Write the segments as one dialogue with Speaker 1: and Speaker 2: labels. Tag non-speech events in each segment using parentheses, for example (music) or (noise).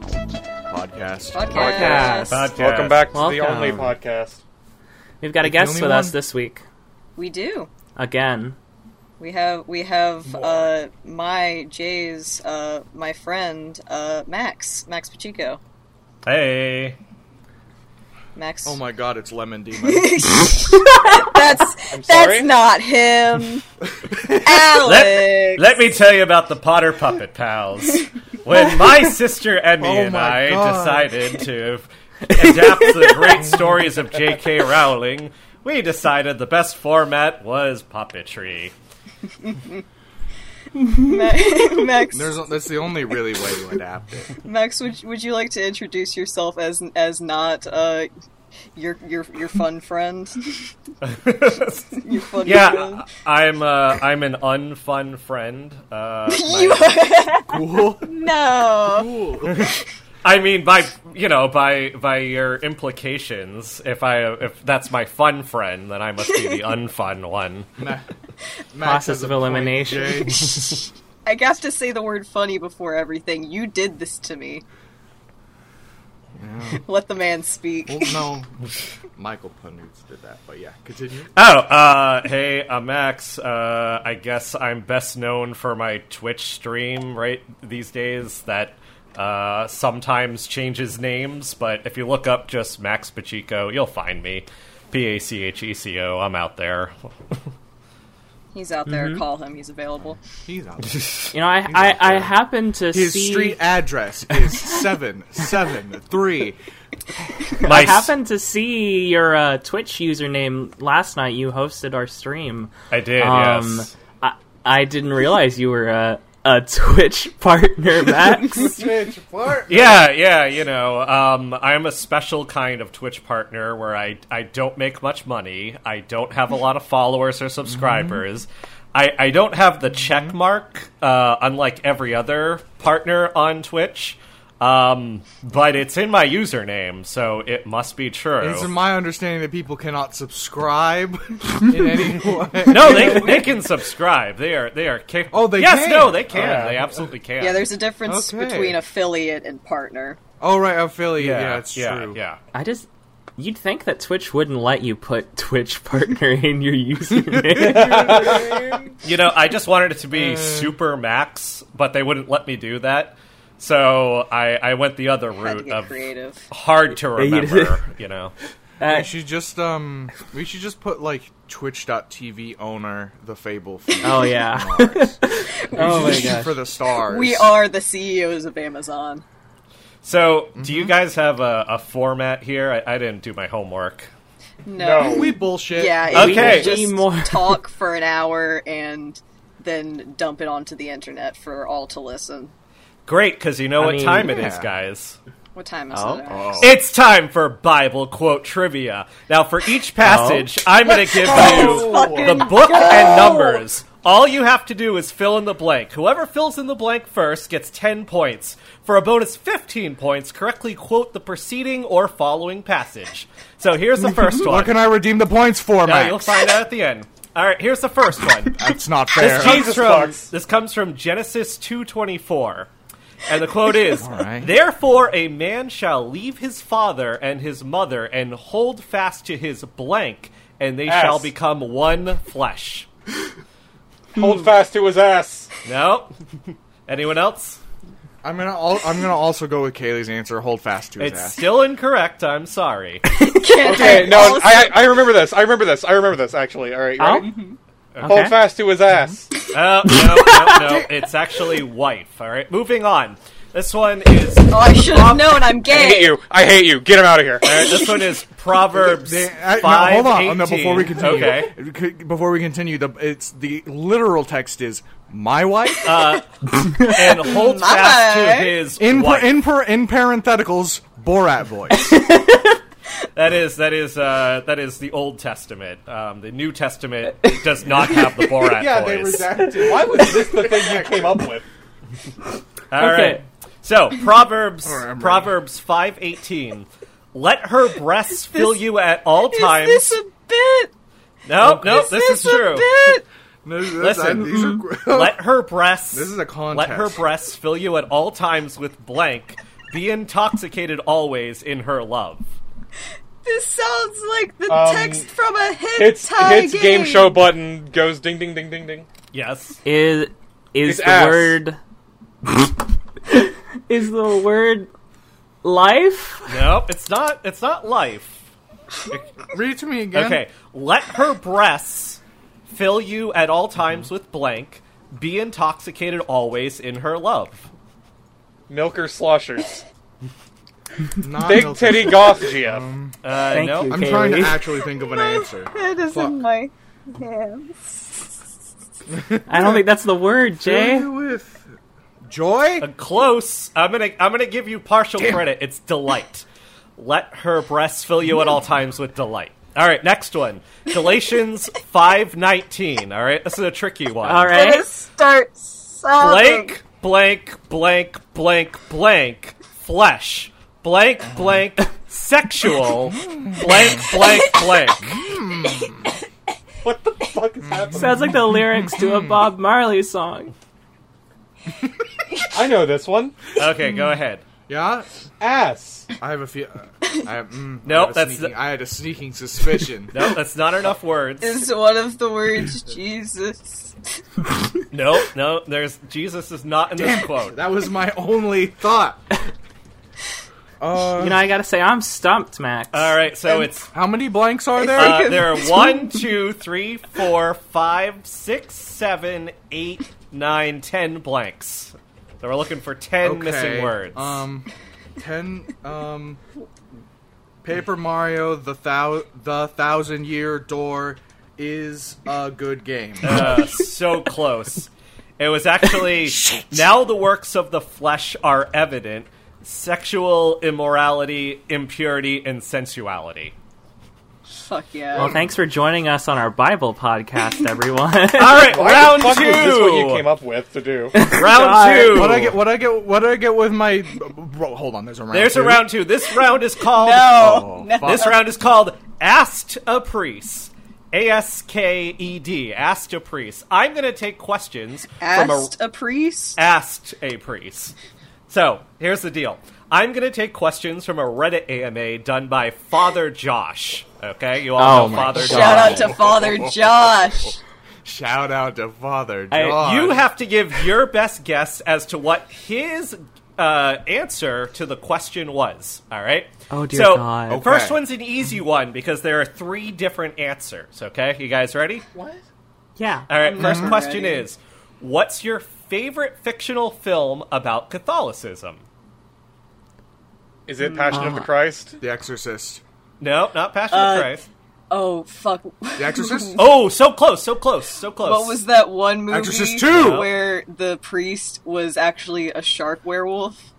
Speaker 1: Podcast.
Speaker 2: Podcast.
Speaker 3: Podcast.
Speaker 4: Welcome back to the
Speaker 2: Welcome.
Speaker 4: only podcast.
Speaker 2: We've got a
Speaker 3: The
Speaker 2: guest
Speaker 3: only
Speaker 2: with us
Speaker 3: one?
Speaker 2: this week
Speaker 5: We do.
Speaker 2: again.
Speaker 5: We have we have uh, my Jay's uh, my friend uh, Max Max Pacheco
Speaker 3: Hey,
Speaker 5: Max.
Speaker 1: Oh my god, it's Lemon Demon.
Speaker 2: (laughs)
Speaker 5: that's
Speaker 4: I'm sorry.
Speaker 5: that's not him. Alex.
Speaker 3: let, let me tell you about the Potter Puppet Pals.
Speaker 2: (laughs)
Speaker 3: When my sister Emmy
Speaker 1: Oh
Speaker 3: and
Speaker 1: my
Speaker 3: I
Speaker 1: God.
Speaker 3: decided to adapt the great stories of J.K. Rowling, we decided the best format was puppetry.
Speaker 5: Ma- (laughs) Max.
Speaker 1: There's that's the only really way to adapt
Speaker 2: (laughs)
Speaker 1: it.
Speaker 5: Max, would would you like to introduce yourself as as not uh, your your your fun friend? (laughs) your fun
Speaker 3: Yeah,
Speaker 5: friend.
Speaker 3: I- I'm uh, I'm an unfun friend.
Speaker 1: (laughs)
Speaker 3: Uh,
Speaker 5: You no.
Speaker 3: I mean, by you know, by by your implications, if I if that's my fun friend, then I must be
Speaker 1: (laughs)
Speaker 3: the unfun one.
Speaker 1: Max
Speaker 2: Process
Speaker 1: is
Speaker 2: of
Speaker 1: a point,
Speaker 2: elimination. (laughs)
Speaker 1: Jay.
Speaker 5: I have to say the word funny before everything. You did this to me. (laughs) Let the man speak.
Speaker 1: well, no, Michael Punduts did that, but yeah, continue.
Speaker 3: Oh, uh, hey, uh, Max. Uh, I guess I'm best known for my Twitch stream right these days that uh, sometimes changes names, but if you look up just Max Pacheco, you'll find me. P A C H E C O. I'm out there.
Speaker 5: He's out there. Call him. He's available.
Speaker 1: He's out. there.
Speaker 2: You know, I I, I happen to
Speaker 1: His
Speaker 2: see
Speaker 1: street address is seven seven three.
Speaker 3: My
Speaker 2: I happened to see your uh, Twitch username last night. You hosted our stream.
Speaker 3: I did.
Speaker 2: Um,
Speaker 3: yes.
Speaker 2: I, I didn't realize you were a, a (laughs) Twitch
Speaker 1: (laughs)
Speaker 2: partner, Max.
Speaker 3: Yeah, yeah, you know, um, I'm a special kind of Twitch partner where I, I don't make much money. I don't have a lot of followers or subscribers. I, I don't have the
Speaker 1: Mm-hmm.
Speaker 3: check mark, uh, unlike every other partner on Twitch. Um, but it's in my username, so it must be true.
Speaker 1: It's my understanding that people cannot
Speaker 2: (laughs)
Speaker 1: subscribe in any way.
Speaker 3: no, they,
Speaker 1: (laughs)
Speaker 3: they can subscribe. They are they are capable.
Speaker 1: Oh, they
Speaker 3: yes,
Speaker 1: can.
Speaker 3: no, they can.
Speaker 4: Yeah.
Speaker 3: They absolutely can.
Speaker 5: Yeah, there's a difference
Speaker 1: Okay.
Speaker 5: between affiliate and partner.
Speaker 1: Oh right, affiliate. Yeah,
Speaker 3: yeah,
Speaker 1: it's
Speaker 3: yeah,
Speaker 1: true.
Speaker 3: yeah.
Speaker 2: I just. You'd think that Twitch wouldn't let you put Twitch partner (laughs) in
Speaker 1: (laughs)
Speaker 2: your username.
Speaker 3: You know, I just wanted it to
Speaker 2: Mm.
Speaker 3: be super max, but they wouldn't let me do that. So I, I went the other
Speaker 5: Had to
Speaker 3: route
Speaker 5: get
Speaker 3: of
Speaker 5: creative.
Speaker 3: hard to
Speaker 2: you
Speaker 3: remember,
Speaker 2: (laughs)
Speaker 3: you know.
Speaker 2: Uh,
Speaker 1: We should just um, we should just put like Twitch.tv owner the Fable. For (laughs)
Speaker 2: oh yeah. oh my gosh.
Speaker 1: for the stars.
Speaker 5: We are the CEOs of Amazon.
Speaker 3: So do
Speaker 2: Mm-hmm.
Speaker 3: you guys have a, a format here? I, I didn't do my homework.
Speaker 5: No.
Speaker 1: We bullshit.
Speaker 5: Yeah. if
Speaker 3: Okay.
Speaker 5: We just
Speaker 2: Be more-
Speaker 5: talk for an hour and then dump it onto the internet for all to listen.
Speaker 3: Great, because you know
Speaker 2: I
Speaker 3: what
Speaker 2: mean-
Speaker 3: time it is,
Speaker 1: Yeah.
Speaker 3: guys.
Speaker 5: What time is
Speaker 2: Oh.
Speaker 5: it? (laughs)
Speaker 3: It's time for Bible quote trivia. Now, for each passage, I'm going to give you the book and numbers. All you have to do is fill in the blank. Whoever fills in the blank first gets 10 points. For a bonus 15 points, correctly quote the preceding or following passage. So here's the first one.
Speaker 1: What can I redeem the points for,
Speaker 3: Now, you'll
Speaker 1: Max?
Speaker 3: find out at the end. All right, here's the first one.
Speaker 1: That's
Speaker 2: (laughs)
Speaker 1: not fair.
Speaker 3: This comes
Speaker 4: Jesus
Speaker 3: from
Speaker 4: fucks.
Speaker 3: this comes from Genesis two twenty four, and the
Speaker 1: (laughs)
Speaker 3: quote is:
Speaker 1: right.
Speaker 3: "Therefore, a man shall leave his father and his mother and hold fast to his blank, and they
Speaker 4: Ass.
Speaker 3: shall become one flesh."
Speaker 4: Hold fast to his ass.
Speaker 3: No, (laughs) anyone else?
Speaker 1: I'm gonna. Al- I'm gonna also go with Kaylee's answer. Hold fast to his
Speaker 3: It's
Speaker 1: ass.
Speaker 3: still incorrect. I'm sorry.
Speaker 4: (laughs) Okay, no, I, I remember this. I remember this. I remember this. Actually, all right. you ready? Hold
Speaker 2: Okay.
Speaker 4: fast to his ass.
Speaker 3: Uh, no,
Speaker 1: (laughs)
Speaker 3: no, no. It's actually wife. All right, moving on. This one is.
Speaker 5: Oh, I should have known I'm
Speaker 4: I hate
Speaker 5: gay.
Speaker 4: you. I hate you. Get him out of here.
Speaker 3: all right, this
Speaker 1: (laughs)
Speaker 3: one is Proverbs
Speaker 1: They- I- no,
Speaker 3: five.
Speaker 1: hold on. Oh, no,
Speaker 3: 18.
Speaker 1: before we continue,
Speaker 3: Okay.
Speaker 1: c- before we continue, the it's the literal text is my wife
Speaker 3: and
Speaker 1: (laughs)
Speaker 3: holds fast to
Speaker 5: My.
Speaker 3: his
Speaker 1: in per,
Speaker 3: wife.
Speaker 1: in per, in parentheticals Borat voice.
Speaker 3: that is that is uh, that is the Old Testament. Um, the New Testament does not have the
Speaker 1: (laughs)
Speaker 3: Borat voice.
Speaker 1: redacted.
Speaker 4: Why was this the thing you came up with?
Speaker 3: All
Speaker 2: Okay.
Speaker 3: right. So Proverbs
Speaker 1: right, I'm ready.
Speaker 3: Proverbs five eighteen. Let her breasts fill you at all times.
Speaker 5: Is this a bit?
Speaker 3: no, no, this is,
Speaker 5: a
Speaker 3: true.
Speaker 5: bit?
Speaker 1: No, (laughs) this,
Speaker 3: Listen,
Speaker 1: these are gr- (laughs)
Speaker 3: Let her breasts.
Speaker 1: This is a
Speaker 3: Let her
Speaker 1: contest.
Speaker 3: breasts fill you at all times with blank. Be intoxicated always in her love.
Speaker 5: This sounds like the
Speaker 4: Um,
Speaker 5: text from a hit
Speaker 4: Hits
Speaker 5: tie
Speaker 4: hits game show button goes ding ding ding ding ding.
Speaker 3: Yes.
Speaker 2: Is is
Speaker 4: It's
Speaker 2: the
Speaker 4: ass.
Speaker 1: (laughs)
Speaker 2: word is the word life?
Speaker 3: Nope. It's not. It's not life.
Speaker 1: Read it to me again.
Speaker 3: Okay. Let her breasts fill you at all times with blank. Be intoxicated always in her love.
Speaker 4: Milker
Speaker 3: (laughs)
Speaker 4: sloshers.
Speaker 1: Not
Speaker 4: Big
Speaker 1: milk-
Speaker 4: titty goth GF.
Speaker 3: Uh,
Speaker 2: Thank
Speaker 3: no.
Speaker 2: you.
Speaker 1: I'm trying to
Speaker 2: Kaylee.
Speaker 1: actually think of an answer.
Speaker 5: It is
Speaker 1: Fuck.
Speaker 5: in my hands.
Speaker 2: I don't think that's the word, Jay.
Speaker 1: Fill you with joy.
Speaker 3: Uh, Close. I'm gonna. I'm gonna give you partial credit. It's delight. Let her breasts fill you at all times with delight. All right, next one.
Speaker 2: (laughs)
Speaker 3: Galatians five nineteen. All right, this is a tricky one.
Speaker 2: All right.
Speaker 5: It starts sobbing.
Speaker 3: blank, blank, blank, blank, blank, flesh, blank,
Speaker 2: (laughs)
Speaker 3: blank, sexual, blank, blank, blank.
Speaker 4: What the fuck
Speaker 3: mm.
Speaker 4: is happening?
Speaker 2: Sounds like the lyrics to (laughs) a Bob Marley song.
Speaker 4: I know this one.
Speaker 3: Okay, go ahead.
Speaker 1: Yeah,
Speaker 4: Ass.
Speaker 1: I have a few. I have, mm,
Speaker 3: Nope,
Speaker 1: I, have a
Speaker 3: that's
Speaker 1: sneaking,
Speaker 3: the-
Speaker 1: I had a sneaking suspicion.
Speaker 3: No, that's not enough words.
Speaker 5: Is one of the words Jesus.
Speaker 3: No, no, there's Jesus is not in this quote.
Speaker 1: that was my only thought. Uh,
Speaker 2: You know, I gotta say, I'm stumped, Max.
Speaker 3: All right, so it's
Speaker 1: how many blanks are there?
Speaker 3: Uh, there are one, two, three, four, five, six, seven, eight, nine, ten blanks. So we're looking for ten missing words.
Speaker 1: Um, ten. Um, Paper Mario: The Thou the Thousand Year Door is a good
Speaker 3: (laughs)
Speaker 1: game.
Speaker 3: Uh, so close. It was actually now the works of the flesh are evident: sexual immorality, impurity, and sensuality.
Speaker 5: Fuck yeah.
Speaker 2: Well, thanks for joining us on our Bible (laughs) podcast, everyone.
Speaker 3: All right,
Speaker 4: Why
Speaker 3: round
Speaker 4: the fuck
Speaker 3: two.
Speaker 4: was this what you came up with
Speaker 3: (laughs)
Speaker 4: to do?
Speaker 3: Round two.
Speaker 1: What I get? What I get? What I get with my? Bro, hold on. There's a round.
Speaker 3: There's
Speaker 1: two.
Speaker 3: a round two. This round is called.
Speaker 5: no.
Speaker 1: Oh,
Speaker 5: no.
Speaker 1: fuck.
Speaker 3: This round is called Asked a Priest. A S K E D. Asked a Priest. I'm going to take questions from a.
Speaker 5: Asked a priest?
Speaker 3: Asked a Priest. So, here's the deal. I'm going to take questions from a Reddit AMA done by Father Josh. Okay? You all
Speaker 2: Oh
Speaker 3: know
Speaker 2: my
Speaker 3: Father
Speaker 2: God.
Speaker 5: Shout
Speaker 3: Josh.
Speaker 5: out to Father Josh.
Speaker 1: Shout out to Father
Speaker 2: I-
Speaker 1: John.
Speaker 3: Uh, You have to give your best guess as to what his uh, answer to the question was. All right.
Speaker 2: Oh, dear
Speaker 3: so,
Speaker 2: God.
Speaker 1: Okay.
Speaker 3: First one's an easy one because there are three different answers. Okay, you guys ready?
Speaker 5: What?
Speaker 2: (laughs) yeah.
Speaker 3: All right, first
Speaker 5: Mhm.
Speaker 3: question
Speaker 5: Ready.
Speaker 3: is What's your favorite fictional film about Catholicism?
Speaker 4: Is it Passion
Speaker 3: Uh,
Speaker 4: of the Christ?
Speaker 1: The Exorcist.
Speaker 3: No, not Passion
Speaker 5: Uh,
Speaker 3: of Christ.
Speaker 5: Oh, fuck.
Speaker 1: The
Speaker 3: (laughs)
Speaker 1: Exorcist.
Speaker 3: Oh, so close, so close, so close.
Speaker 5: What was that one movie
Speaker 1: Exorcist two.
Speaker 5: where the priest was actually a shark werewolf?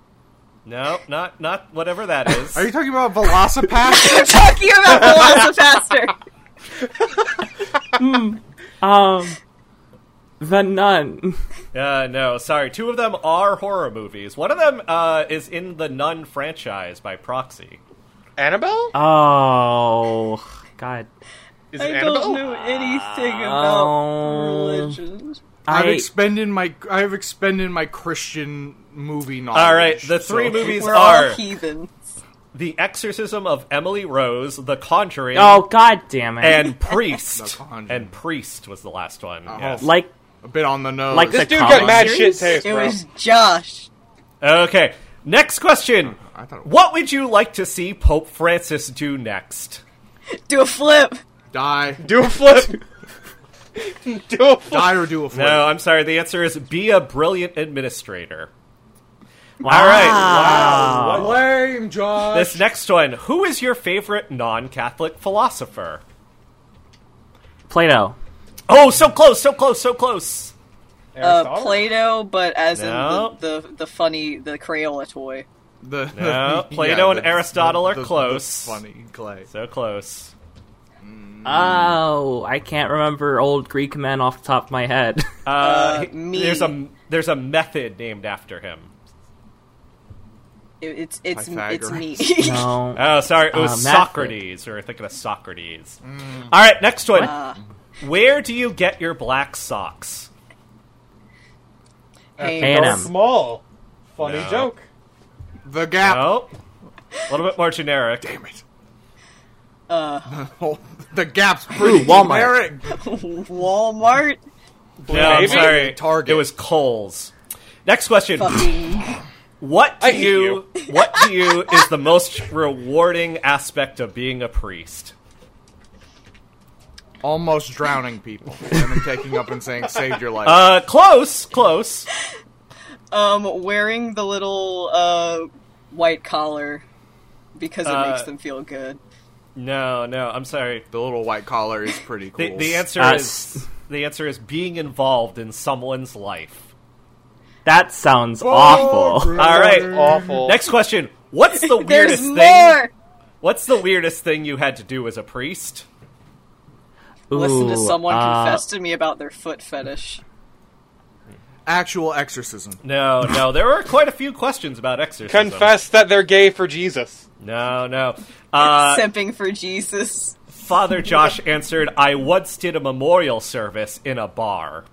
Speaker 3: No, not not whatever that is.
Speaker 1: (laughs) Are you talking about Velocipaster?
Speaker 3: (laughs)
Speaker 5: I'm talking about Velocipaster!
Speaker 2: Um, the nun.
Speaker 3: Uh, no, sorry. Two of them are horror movies. One of them uh, is in the Nun franchise by proxy.
Speaker 4: Annabelle?
Speaker 2: Oh, God.
Speaker 4: Is it
Speaker 5: I
Speaker 4: Annabelle?
Speaker 5: don't know anything about
Speaker 2: Um,
Speaker 5: religion.
Speaker 1: I've
Speaker 2: I,
Speaker 1: expended my I've expended my Christian movie knowledge.
Speaker 3: All right, the three
Speaker 1: so-
Speaker 3: movies
Speaker 5: We're
Speaker 3: are
Speaker 5: all heathens.
Speaker 3: The Exorcism of Emily Rose, The Conjuring,
Speaker 2: oh, God damn it.
Speaker 3: and Priest.
Speaker 1: The Conjuring.
Speaker 3: and Priest was the last one. yes.
Speaker 2: like,
Speaker 1: a bit on the nose.
Speaker 2: Like
Speaker 4: This
Speaker 2: The
Speaker 4: dude
Speaker 2: Conjuring
Speaker 4: got mad shit
Speaker 2: series?
Speaker 4: taste,
Speaker 5: It
Speaker 4: bro.
Speaker 5: was Josh.
Speaker 3: Okay, next question.
Speaker 1: I thought it was-
Speaker 3: What would you like to see Pope Francis do next?
Speaker 5: Do a flip.
Speaker 1: die,
Speaker 4: Do a flip. do a flip.
Speaker 1: die or do a flip.
Speaker 3: (laughs) No, I'm sorry. The answer is be a brilliant administrator.
Speaker 2: wow.
Speaker 3: All right.
Speaker 1: Lame, Josh.
Speaker 3: This next one. Who is your favorite non-Catholic philosopher?
Speaker 2: Plato.
Speaker 3: Oh, so close, so close, so close.
Speaker 5: Uh, Play-Doh, but as
Speaker 3: No.
Speaker 5: in the, the, the funny, the Crayola toy.
Speaker 1: the, (laughs)
Speaker 3: No,
Speaker 1: the-
Speaker 3: Plato and
Speaker 1: the-
Speaker 3: Aristotle are
Speaker 1: the- the
Speaker 3: close.
Speaker 1: funny clay.
Speaker 3: So close.
Speaker 2: Oh, I can't remember old Greek men off the top of my head. (laughs)
Speaker 3: Uh,
Speaker 5: Uh,
Speaker 3: he-
Speaker 5: me.
Speaker 3: There's a there's a method named after him.
Speaker 5: It, it's it's it's me. (laughs)
Speaker 2: No.
Speaker 3: Oh, sorry, it was
Speaker 2: Uh, math-
Speaker 3: Socrates. We were thinking of Socrates. All right, next one. Where do you get your black socks?
Speaker 5: Hey,
Speaker 2: Hannah.
Speaker 5: Darth-
Speaker 4: Go small. Funny
Speaker 3: No.
Speaker 4: joke.
Speaker 1: The gap.
Speaker 3: Oh, a little bit more generic.
Speaker 1: Damn it. Uh. (laughs) the gap's pretty
Speaker 2: Walmart.
Speaker 1: generic.
Speaker 5: Walmart.
Speaker 3: No, I'm
Speaker 4: Maybe.
Speaker 3: sorry.
Speaker 1: Target.
Speaker 3: It was Coles. Next question.
Speaker 5: Fucking
Speaker 3: What do
Speaker 4: I hate
Speaker 3: you, what to you is the most rewarding aspect of being a priest?
Speaker 1: Almost drowning people and then taking up and saying, "Saved your life."
Speaker 3: Uh, close, close.
Speaker 5: um, wearing the little uh white collar because it
Speaker 3: Uh,
Speaker 5: makes them feel good.
Speaker 3: No, no, I'm sorry.
Speaker 1: the little white collar is pretty cool.
Speaker 3: The, the answer
Speaker 2: Uh,
Speaker 3: is the answer is being involved in someone's life.
Speaker 2: That sounds awful.
Speaker 3: All right.
Speaker 4: Awful.
Speaker 3: Next question. What's the
Speaker 5: There's
Speaker 3: weirdest thing?
Speaker 5: more.
Speaker 3: What's the weirdest thing you had to do as a priest?
Speaker 5: Listen to
Speaker 2: Ooh,
Speaker 5: someone
Speaker 2: uh,
Speaker 5: confess to me about their foot fetish.
Speaker 1: Actual exorcism.
Speaker 3: No, no. There were quite a few questions about exorcism.
Speaker 4: Confess that they're gay for Jesus.
Speaker 3: No, no. Uh,
Speaker 5: Simping for Jesus.
Speaker 3: Father Josh answered, "I once did a memorial service in a bar."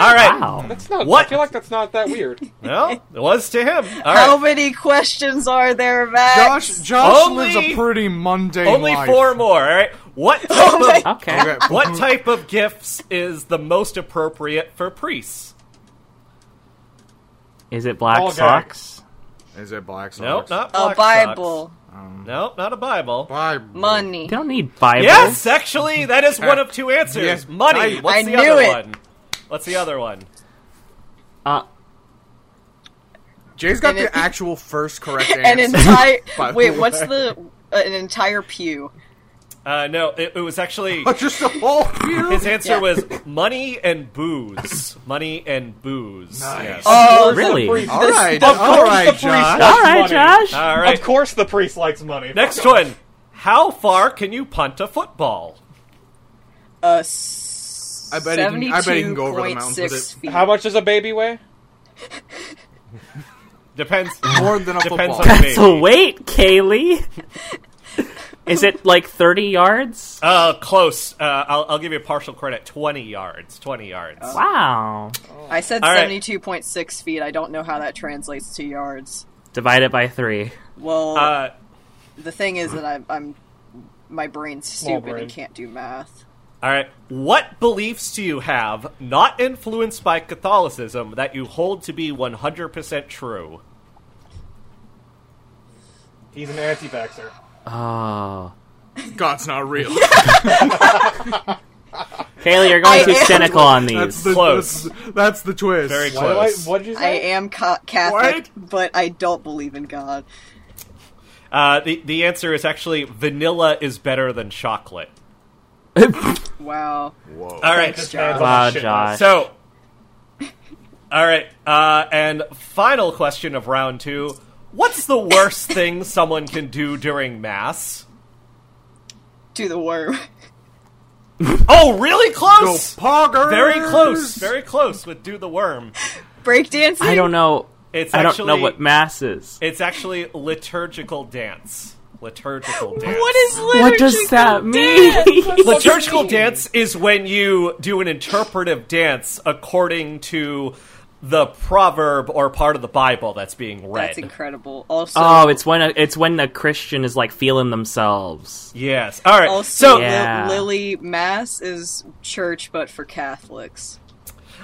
Speaker 3: All right.
Speaker 2: Wow.
Speaker 4: That's not.
Speaker 3: What?
Speaker 4: I feel like that's not that weird.
Speaker 3: No, it was to him. All
Speaker 5: How
Speaker 3: right.
Speaker 5: many questions are there, Max?
Speaker 1: Josh, Josh
Speaker 3: Only-
Speaker 1: lives a pretty mundane
Speaker 3: Only
Speaker 1: life.
Speaker 3: four more. All right. What type of
Speaker 2: Okay.
Speaker 1: Okay.
Speaker 3: what type of gifts is the most appropriate for priests?
Speaker 2: Is it black
Speaker 4: All gags.
Speaker 2: socks?
Speaker 1: Is it black
Speaker 3: No,
Speaker 1: socks?
Speaker 3: not
Speaker 5: a
Speaker 3: black
Speaker 5: Bible,
Speaker 3: socks. No, not a Bible.
Speaker 1: Bible.
Speaker 5: money.
Speaker 2: You don't need Bible.
Speaker 3: Yes, actually, that is one of two answers.
Speaker 1: Yeah.
Speaker 3: Money.
Speaker 1: I-
Speaker 3: What's
Speaker 5: I
Speaker 3: the
Speaker 5: knew
Speaker 3: other
Speaker 5: it.
Speaker 3: one? What's the other one?
Speaker 2: Uh,
Speaker 1: Jay's got
Speaker 5: And it-
Speaker 1: the actual first correct
Speaker 5: An
Speaker 1: answer. (laughs)
Speaker 5: entire
Speaker 1: By the
Speaker 5: wait, what's
Speaker 1: way.
Speaker 5: the uh, an entire pew?
Speaker 3: Uh, no, it, it
Speaker 1: (laughs)
Speaker 3: was actually
Speaker 1: But just a whole few.
Speaker 3: (laughs) his answer
Speaker 5: Yeah.
Speaker 3: was money and booze. Money and booze.
Speaker 1: Nice.
Speaker 3: Yes.
Speaker 5: Oh,
Speaker 2: really?
Speaker 4: Priest-
Speaker 1: all right,
Speaker 4: Of
Speaker 1: all
Speaker 4: course the
Speaker 1: right,
Speaker 4: priest
Speaker 1: Josh.
Speaker 4: likes
Speaker 2: All right,
Speaker 4: money.
Speaker 2: Josh.
Speaker 3: (laughs) All right.
Speaker 4: Of course the priest likes money.
Speaker 3: Next one. How far can you punt a football?
Speaker 5: Uh, s-
Speaker 1: I bet he can- I bet he can go over the mountains with
Speaker 5: 72.6
Speaker 1: it.
Speaker 5: feet.
Speaker 4: How much does a baby weigh?
Speaker 3: Depends.
Speaker 1: More than a football.
Speaker 3: Depends on the
Speaker 2: That's a
Speaker 3: baby. (laughs)
Speaker 2: weight, Kaylee. Is it like 30 yards?
Speaker 3: Uh, close. Uh, I'll, I'll give you partial credit. Twenty yards. Twenty yards.
Speaker 2: Wow.
Speaker 5: I said
Speaker 3: All right.
Speaker 5: seventy-two point six feet. I don't know how that translates to yards.
Speaker 2: Divide it by three.
Speaker 5: Well,
Speaker 3: Uh,
Speaker 5: the thing is that I'm, I'm my brain's stupid
Speaker 4: brain.
Speaker 5: and can't do math.
Speaker 3: all right. What beliefs do you have, not influenced by Catholicism, that you hold to be one hundred percent true?
Speaker 4: He's an anti-vaxxer.
Speaker 2: Oh.
Speaker 1: God's not real.
Speaker 2: Kaylee, you're going
Speaker 5: I
Speaker 2: too
Speaker 5: am-
Speaker 2: cynical on
Speaker 1: That's
Speaker 2: these.
Speaker 1: the,
Speaker 3: Close.
Speaker 1: That's, that's the twist.
Speaker 3: Very close.
Speaker 4: What did, I, what did you
Speaker 5: I
Speaker 4: say?
Speaker 5: am ca- Catholic, but I don't believe in God.
Speaker 3: Uh, the the answer is actually vanilla is better than chocolate.
Speaker 5: Wow.
Speaker 1: Whoa.
Speaker 3: All right.
Speaker 5: Thanks, Josh.
Speaker 3: (laughs)
Speaker 4: Man's on
Speaker 2: Wow,
Speaker 4: the shit
Speaker 2: Josh.
Speaker 4: list.
Speaker 3: So, all right, uh, and final question of round two: What's the worst thing someone can do during mass?
Speaker 5: To the worm. (laughs)
Speaker 3: Oh, really
Speaker 1: Go
Speaker 3: close!
Speaker 1: poggers.
Speaker 3: Very close, very close with "Do the Worm."
Speaker 5: Breakdancing?
Speaker 2: I don't know.
Speaker 3: It's
Speaker 2: I don't
Speaker 3: actually
Speaker 2: know what mass is.
Speaker 3: it's actually liturgical dance. Liturgical dance.
Speaker 5: What is liturgical
Speaker 2: What does that mean?
Speaker 3: liturgical dance? Is when you do an interpretive dance according to the proverb or part of the Bible that's being read.
Speaker 5: That's incredible. Also,
Speaker 2: (laughs) oh, it's when a, it's when a Christian is like feeling themselves.
Speaker 3: Yes. All right.
Speaker 5: also
Speaker 3: so
Speaker 5: Li-
Speaker 2: Yeah.
Speaker 5: Lily Mass is church, but for Catholics.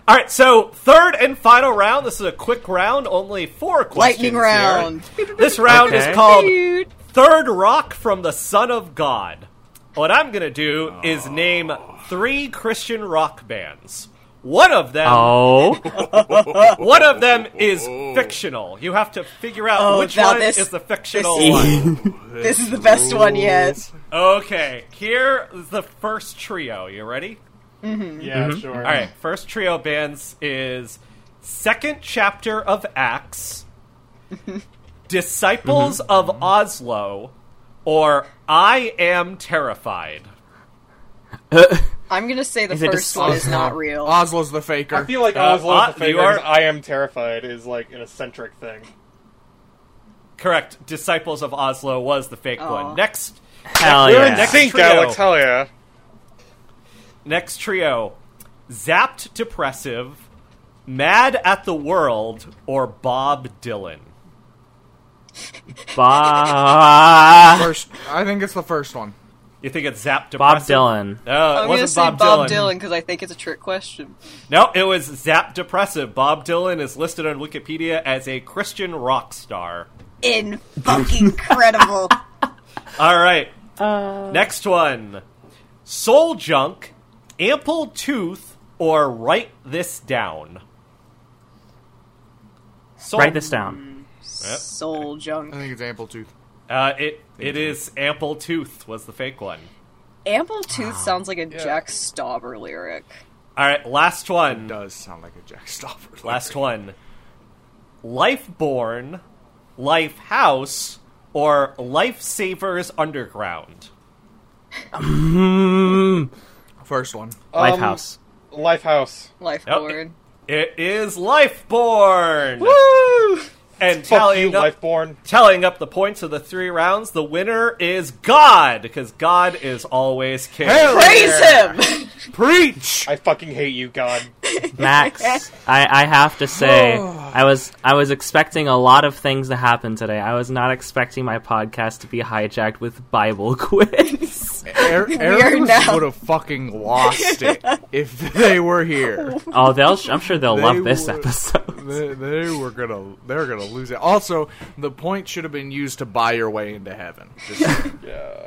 Speaker 3: All right, so third and final round. This is a quick round, only four questions.
Speaker 5: Lightning
Speaker 3: here.
Speaker 5: round.
Speaker 3: This round
Speaker 2: Okay.
Speaker 3: is called
Speaker 5: Dude.
Speaker 3: Third Rock from the Son of God. What I'm going to do is name three Christian rock bands. One of them, (laughs)
Speaker 2: Oh,
Speaker 3: one of them is fictional. You have to figure out
Speaker 5: Oh,
Speaker 3: which
Speaker 5: now
Speaker 3: one
Speaker 5: this-
Speaker 3: is the fictional
Speaker 5: this- (laughs)
Speaker 3: one.
Speaker 5: This is the best one yet.
Speaker 3: Okay, here is the first trio. You ready?
Speaker 4: Yeah, sure.
Speaker 3: All right, first trio bands is second chapter of
Speaker 5: (laughs)
Speaker 3: Acts, Disciples of Oslo, or I am terrified.
Speaker 5: I'm gonna say the
Speaker 2: Is it Uh-huh.
Speaker 5: first
Speaker 2: just-
Speaker 5: one is
Speaker 1: Oslo.
Speaker 5: not real.
Speaker 1: Oslo's the faker.
Speaker 4: I feel like
Speaker 3: Uh,
Speaker 4: Oslo's
Speaker 3: uh,
Speaker 4: the favorite.
Speaker 3: you are-
Speaker 4: because I am terrified is like an eccentric thing.
Speaker 3: correct. Disciples of Oslo was the fake
Speaker 5: Aw.
Speaker 3: one. Next,
Speaker 2: Hell
Speaker 3: We're
Speaker 4: You're
Speaker 2: yeah.
Speaker 4: in
Speaker 3: Next
Speaker 4: sync,
Speaker 3: trio.
Speaker 4: Alex. Hell yeah.
Speaker 3: next trio: Zapped, depressive, mad at the world, or Bob Dylan.
Speaker 2: Bob,
Speaker 1: First, I think it's the first one.
Speaker 3: You think it's Zapped,
Speaker 2: Bob
Speaker 3: depressive?
Speaker 2: Dylan.
Speaker 3: No, it
Speaker 5: I'm gonna
Speaker 3: wasn't
Speaker 5: say
Speaker 3: Bob,
Speaker 5: Bob
Speaker 3: Dylan.
Speaker 5: Dylan because I think it's a trick question.
Speaker 3: No, it was Zap Depressive. Bob Dylan is listed on Wikipedia as a Christian rock star.
Speaker 5: In
Speaker 3: (laughs)
Speaker 5: fucking credible.
Speaker 3: All right.
Speaker 2: Uh.
Speaker 3: Next one Soul Junk, Ample Tooth, or Write This Down? Soul-
Speaker 2: Write this down.
Speaker 5: Soul junk.
Speaker 1: I think it's Ampletooth.
Speaker 3: Uh, it, it is Ample Tooth, was the fake one.
Speaker 5: Ample Tooth
Speaker 3: Ah,
Speaker 5: sounds like a Jack Stauber lyric.
Speaker 3: All right, last one.
Speaker 1: Does sound like a Jack Stopper.
Speaker 3: Last one. Life Born, Life House, or Lifesavers Underground?
Speaker 2: Mm,
Speaker 1: First one.
Speaker 3: Um,
Speaker 4: Um,
Speaker 2: Lifehouse.
Speaker 4: Lifehouse.
Speaker 5: Life
Speaker 3: Nope.
Speaker 5: board.
Speaker 3: It is Lifeborn!
Speaker 4: Woo!
Speaker 3: And
Speaker 4: Fuck you,
Speaker 3: tallying up,
Speaker 4: Lifeborn.
Speaker 3: tallying up the points of the three rounds, the winner is God, because God is always king.
Speaker 5: Praise him!
Speaker 1: Preach!
Speaker 4: I fucking hate you, God.
Speaker 5: (laughs)
Speaker 2: Max, I, I have to say,
Speaker 5: Oh.
Speaker 2: I was I was expecting a lot of things to happen today. I was not expecting my podcast to be hijacked with Bible (laughs) quiz.
Speaker 1: Er-
Speaker 5: are
Speaker 1: Eric
Speaker 5: now-
Speaker 1: would have fucking lost (laughs) it if they were (laughs) here.
Speaker 2: oh, they'll sh- I'm sure they'll
Speaker 1: They
Speaker 2: love this
Speaker 1: would.
Speaker 2: episode.
Speaker 1: They, they were gonna, they're gonna lose it. Also, the point should have been used to buy your way into heaven. Just-
Speaker 4: Yeah.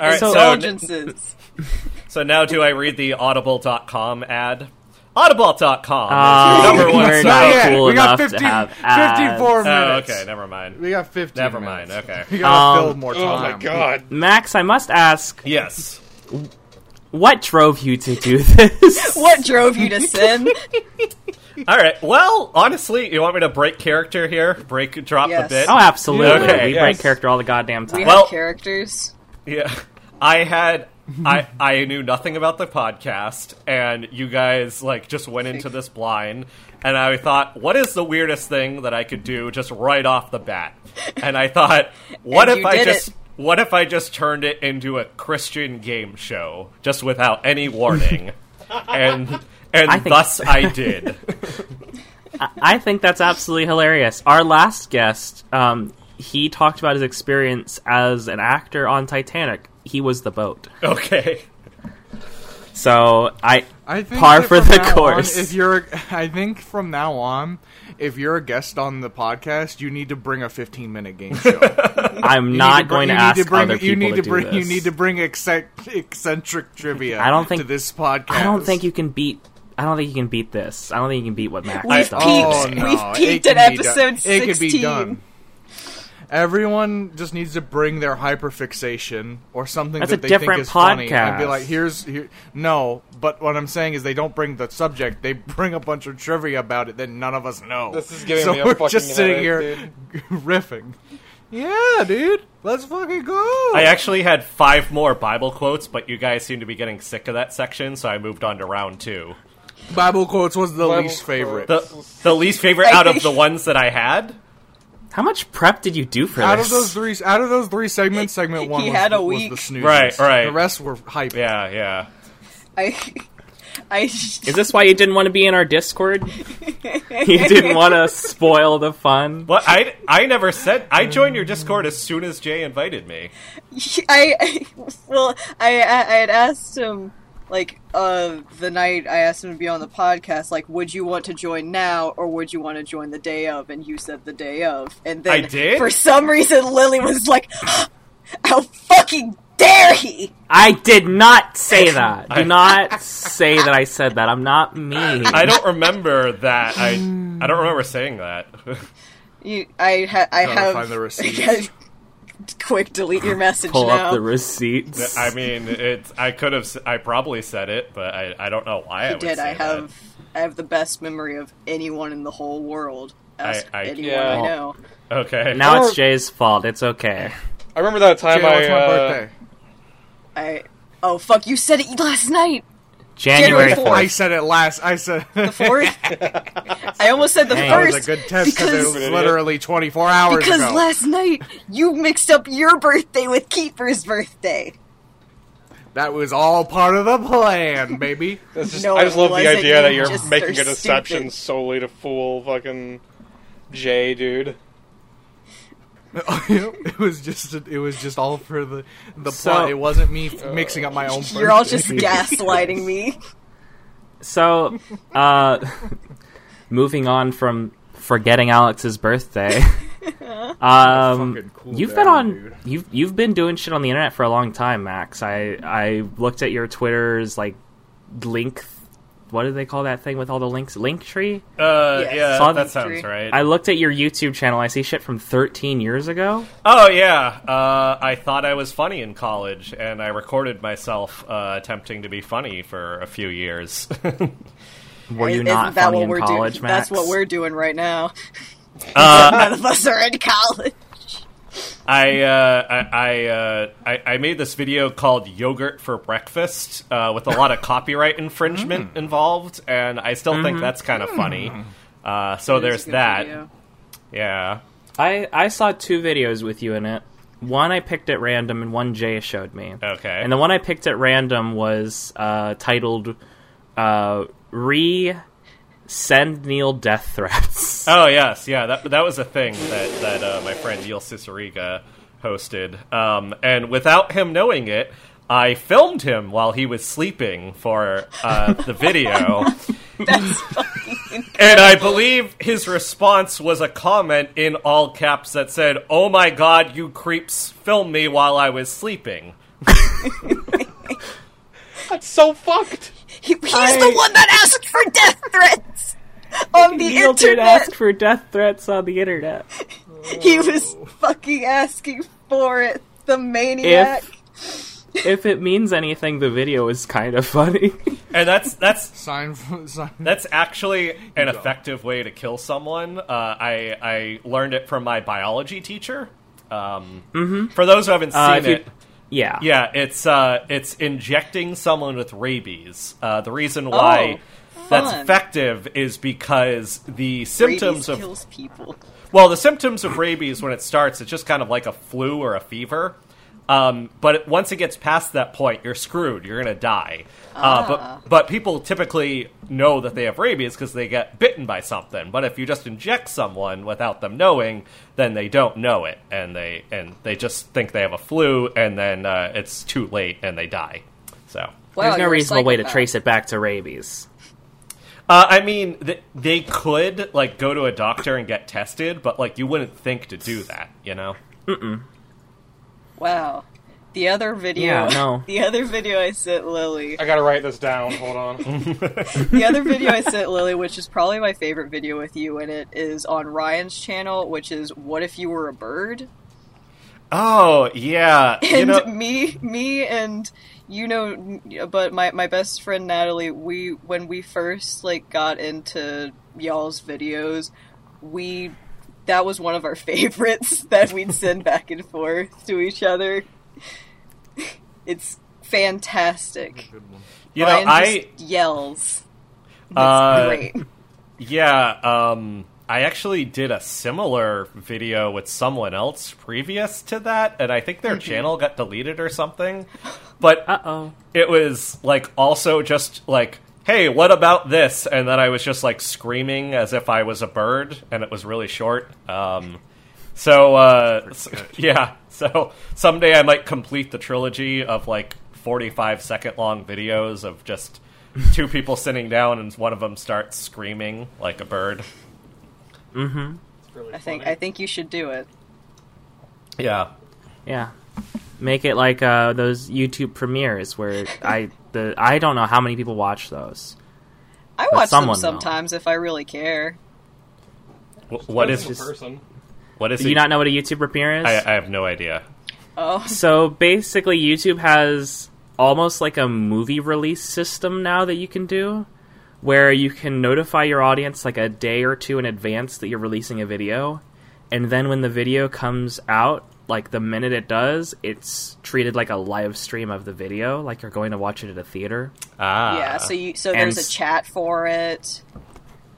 Speaker 3: All right, so,
Speaker 2: So-
Speaker 5: Indulgences.
Speaker 3: so now do I read the audible.com ad? Audible.com
Speaker 2: Oh,
Speaker 3: is your number one
Speaker 1: Not
Speaker 2: we're
Speaker 3: site.
Speaker 2: not
Speaker 1: yet.
Speaker 2: cool
Speaker 1: we got
Speaker 2: enough to have ads.
Speaker 1: 54
Speaker 3: Oh,
Speaker 1: minutes.
Speaker 3: okay, never mind.
Speaker 1: We got 15.
Speaker 3: Never
Speaker 1: minutes.
Speaker 3: mind, okay.
Speaker 1: (laughs) We gotta
Speaker 2: Um,
Speaker 1: fill more time.
Speaker 4: Oh my god.
Speaker 2: Max, I must ask,
Speaker 3: Yes.
Speaker 2: what drove you to do (laughs) this?
Speaker 5: what drove
Speaker 3: (laughs)
Speaker 5: you to sin?
Speaker 3: All right, well, honestly, you want me to break character here? Break, drop
Speaker 5: Yes.
Speaker 3: the bit?
Speaker 2: Oh, absolutely.
Speaker 3: Okay,
Speaker 2: we
Speaker 3: yes.
Speaker 2: break character all the goddamn
Speaker 5: We
Speaker 2: time.
Speaker 3: Well-
Speaker 5: have characters.
Speaker 3: Yeah. I had I I knew nothing about the podcast and you guys like just went into this blind and I thought what is the weirdest thing that I could do just right off the bat? And I thought
Speaker 5: (laughs)
Speaker 3: what
Speaker 5: And
Speaker 3: if
Speaker 5: you
Speaker 3: I
Speaker 5: did
Speaker 3: just
Speaker 5: it.
Speaker 3: what if I just turned it into a Christian game show just without any
Speaker 2: (laughs)
Speaker 3: warning? and and
Speaker 2: I think-
Speaker 3: thus I
Speaker 2: (laughs)
Speaker 3: did.
Speaker 2: I think that's absolutely hilarious. Our last guest, um, he talked about his experience as an actor on Titanic. He was the boat.
Speaker 3: Okay.
Speaker 2: So I,
Speaker 1: I think
Speaker 2: par
Speaker 1: that
Speaker 2: for
Speaker 1: from
Speaker 2: the
Speaker 1: now on,
Speaker 2: course.
Speaker 1: if you're, I think from now on, if you're a guest on the podcast, you need to bring a 15 minute
Speaker 2: (laughs)
Speaker 1: game show.
Speaker 2: I'm
Speaker 1: You
Speaker 2: not
Speaker 1: need to bring-
Speaker 2: going to
Speaker 1: you
Speaker 2: ask
Speaker 1: need to bring,
Speaker 2: other people
Speaker 1: you need to,
Speaker 2: do
Speaker 1: bring,
Speaker 2: this.
Speaker 1: You need to bring eccentric, eccentric trivia.
Speaker 2: I don't think-
Speaker 1: to this podcast.
Speaker 2: I don't think you can beat. I don't think you can beat this. I don't think you can beat what Max
Speaker 5: We've
Speaker 2: does.
Speaker 5: peaked.
Speaker 1: Oh, no,
Speaker 5: We've
Speaker 1: it
Speaker 5: peaked
Speaker 1: can
Speaker 5: at
Speaker 1: be
Speaker 5: episode
Speaker 1: done. It can be
Speaker 5: 16.
Speaker 1: done. Everyone just needs to bring their hyperfixation or something
Speaker 2: That's
Speaker 1: that
Speaker 2: a
Speaker 1: they
Speaker 2: different
Speaker 1: think is funny and be
Speaker 2: podcast.
Speaker 1: like, "Here's here." No, but what I'm saying is they don't bring the subject; they bring a bunch of trivia about it that none of us know.
Speaker 4: This is giving
Speaker 1: so
Speaker 4: me a
Speaker 1: we're
Speaker 4: fucking
Speaker 1: just sitting
Speaker 4: headache,
Speaker 1: here (laughs) riffing. Yeah, dude, let's fucking go.
Speaker 3: I actually had five more Bible quotes, but you guys seem to be getting sick of that section, so I moved on to round two.
Speaker 1: Bible quotes was the
Speaker 4: Bible
Speaker 1: least favorite.
Speaker 3: the, the least favorite out of the ones that I had.
Speaker 2: How much prep did you do for
Speaker 1: out
Speaker 2: this?
Speaker 1: of those three, out of those three segments, segment one
Speaker 5: He
Speaker 1: was,
Speaker 5: had a
Speaker 1: was the
Speaker 5: week.
Speaker 1: snooze.
Speaker 3: Right, right.
Speaker 1: The rest were hype.
Speaker 3: Yeah, yeah.
Speaker 5: I, (laughs) I, (laughs)
Speaker 2: Is this why you didn't want to be in our (laughs) Discord? you didn't want to spoil the fun.
Speaker 3: Well, I I never said I joined your Discord as soon as Jay invited me.
Speaker 5: I, I well, I, I I had asked him like uh the night I asked him to be on the podcast, like, would you want to join now or would you want to join the day of? And you said the day of, and then
Speaker 3: I did?
Speaker 5: for some reason Lily was like, (gasps) how fucking dare he?
Speaker 2: I did
Speaker 1: (laughs)
Speaker 2: not say that. Do
Speaker 3: I-
Speaker 2: not say that I said that. I'm not mean.
Speaker 3: I don't remember that. I I don't remember saying that. (laughs)
Speaker 5: You, I ha- I
Speaker 1: Gotta
Speaker 5: have
Speaker 1: find
Speaker 5: (laughs)
Speaker 1: the receipts.
Speaker 5: I gotta- quick delete your message
Speaker 2: pull
Speaker 5: now.
Speaker 2: up the receipts.
Speaker 3: I mean, it's I could have s- I probably said it, but I, I don't know why I
Speaker 5: I
Speaker 3: would
Speaker 5: did.
Speaker 3: say
Speaker 5: I have
Speaker 3: that.
Speaker 5: I have the best memory of anyone in the whole world. Ask
Speaker 3: I-
Speaker 5: anyone
Speaker 4: yeah.
Speaker 5: I know.
Speaker 3: Okay.
Speaker 2: now
Speaker 4: Or-
Speaker 2: it's Jay's fault. It's okay.
Speaker 4: I remember that time
Speaker 1: Jay,
Speaker 4: I.
Speaker 1: what's my
Speaker 4: uh,
Speaker 1: birthday?
Speaker 5: I oh fuck, you said it last night.
Speaker 2: January
Speaker 5: January
Speaker 1: I
Speaker 2: 4th.
Speaker 1: said it last. I said (laughs)
Speaker 5: The
Speaker 2: (laughs)
Speaker 5: fourth? I almost said the
Speaker 2: Dang.
Speaker 1: that was
Speaker 5: first.
Speaker 1: a good test because it
Speaker 5: because-
Speaker 1: was literally 24 hours
Speaker 5: Because
Speaker 1: ago.
Speaker 5: last night you mixed up your birthday with Keeper's birthday.
Speaker 1: that was all part of the plan, baby. (laughs)
Speaker 4: That's just,
Speaker 5: No,
Speaker 4: I just
Speaker 5: it
Speaker 4: love the
Speaker 5: wasn't.
Speaker 4: idea that
Speaker 5: You
Speaker 4: you're
Speaker 5: just
Speaker 4: making
Speaker 5: are
Speaker 4: a deception
Speaker 5: stupid.
Speaker 4: solely to fool fucking Jay, dude.
Speaker 1: it was just it was just all for the the
Speaker 2: So-
Speaker 1: plot. It wasn't me f- mixing up my own.
Speaker 5: You're all
Speaker 1: birthday.
Speaker 5: just gaslighting me.
Speaker 2: So, uh, (laughs) moving on from forgetting Alex's birthday.
Speaker 1: Fucking
Speaker 2: Um,
Speaker 1: cool
Speaker 2: (laughs) you've
Speaker 1: down,
Speaker 2: been on
Speaker 1: dude.
Speaker 2: you've you've been doing shit on the internet for a long time, Max. I I looked at your Twitter's like link. What do they call that thing with all the links? Link tree.
Speaker 3: Uh,
Speaker 5: Yes.
Speaker 3: yeah,
Speaker 2: Saw
Speaker 3: that
Speaker 2: the
Speaker 5: tree.
Speaker 3: sounds right.
Speaker 2: I looked at your YouTube channel. I see shit from 13 years ago.
Speaker 3: Oh yeah, uh, I thought I was funny in college, and I recorded myself uh, attempting to be funny for a few years.
Speaker 2: (laughs)
Speaker 3: (laughs)
Speaker 2: Were you
Speaker 5: Isn't
Speaker 2: not
Speaker 5: that
Speaker 2: funny
Speaker 5: what
Speaker 2: in
Speaker 5: we're
Speaker 2: college,
Speaker 5: doing? That's
Speaker 2: Max?
Speaker 5: what we're doing right now.
Speaker 3: uh,
Speaker 5: (laughs) None of us are in college.
Speaker 3: I, uh, I, I, uh, I I made this video called "Yogurt for Breakfast" uh, with a lot of copyright infringement involved, and I still think that's kind of funny. Uh, so there's that. Yeah.
Speaker 2: I I saw two videos with you in it. One I picked at random, and one Jay showed me.
Speaker 3: Okay.
Speaker 2: And the one I picked at random was uh, titled uh, "Re Send Neil Death
Speaker 5: (laughs)
Speaker 2: Threats."
Speaker 3: Oh yes, yeah. That that was a thing that that uh, my friend Neil Ciceriga hosted, um, and without him knowing it, I filmed him while he was sleeping for uh, the video. and I believe his response was a comment in all caps that said, "Oh my God, you creeps! Film me while I was sleeping."
Speaker 4: That's so fucked.
Speaker 5: He- he's the one that asked for death threats on the
Speaker 2: Neil did
Speaker 5: internet.
Speaker 2: ask for death threats on the internet.
Speaker 5: He was fucking asking for it. The maniac.
Speaker 2: If if it means anything, the video is kind of funny.
Speaker 3: And that's that's
Speaker 1: Sign, for- (laughs) sign.
Speaker 3: That's actually an effective way to kill someone. Uh, I I learned it from my biology teacher. Um, For those who haven't seen
Speaker 2: Mm-hmm. Uh, if you-
Speaker 3: it,
Speaker 2: yeah.
Speaker 3: yeah, it's uh, it's injecting someone with rabies. Uh, the reason why
Speaker 2: Oh,
Speaker 3: that's
Speaker 5: fun.
Speaker 3: effective is because the
Speaker 5: Rabies
Speaker 3: symptoms of
Speaker 5: kills people.
Speaker 3: well, the symptoms of rabies when it starts, it's just kind of like a flu or a fever. Um, but it- once it gets past that point, you're screwed. You're gonna die. Uh, but but people typically know that they have rabies because they get bitten by something. But if you just inject someone without them knowing, then they don't know it, and they and they just think they have a flu, and then uh, it's too late, and they die. So
Speaker 2: There's no reasonable way to trace it back to rabies.
Speaker 3: uh, I mean, th- they could like go to a doctor and get tested, but like you wouldn't think to do that, you know.
Speaker 5: Wow. The other video.
Speaker 2: Yeah, no.
Speaker 5: (laughs) The other video I sent Lily.
Speaker 4: I gotta write this down. Hold on.
Speaker 5: The
Speaker 3: (laughs)
Speaker 5: other video I sent Lily, which is probably my favorite video with you in it, is on Ryan's channel, which is "What if you were a bird?"
Speaker 3: Oh yeah, you
Speaker 5: and
Speaker 3: know.
Speaker 5: (laughs) me me and you know but my, my best friend natalie we when we first like got into y'all's videos we that was one of our (laughs) favorites that we'd send back and forth to each other it's fantastic
Speaker 3: You know,
Speaker 5: Ryan
Speaker 3: I
Speaker 5: just yells That's
Speaker 3: Uh,
Speaker 5: great
Speaker 3: yeah, um I actually did a similar video with someone else previous to that and I think their channel got deleted or something. But
Speaker 2: Uh oh.
Speaker 3: it was like also just like hey what about this and then i was just like screaming as if i was a bird and it was really short um so uh s- (laughs) yeah so someday i might complete the trilogy of like 45 second long videos of just two people sitting down and one of them starts screaming like a bird
Speaker 5: i think i think you should do it
Speaker 3: yeah
Speaker 2: Yeah. Make it like uh, those YouTube premieres where I the I don't know how many people watch those.
Speaker 5: i
Speaker 2: But
Speaker 5: watch them
Speaker 2: someone will.
Speaker 5: sometimes if i really care
Speaker 3: Wh- what
Speaker 4: This
Speaker 3: is
Speaker 4: is a person?
Speaker 3: what is
Speaker 2: Do you
Speaker 3: it
Speaker 2: not know what a YouTube premiere is?
Speaker 3: I, I have no idea
Speaker 5: oh
Speaker 2: so basically, YouTube has almost like a movie release system now that you can do, where you can notify your audience like a day or two in advance that you're releasing a video, and then when the video comes out, like the minute it does, it's treated like a live stream of the video, like you're going to watch it at a theater.
Speaker 3: Ah.
Speaker 5: yeah, so you so
Speaker 2: And
Speaker 5: there's a
Speaker 2: s-
Speaker 5: chat for it.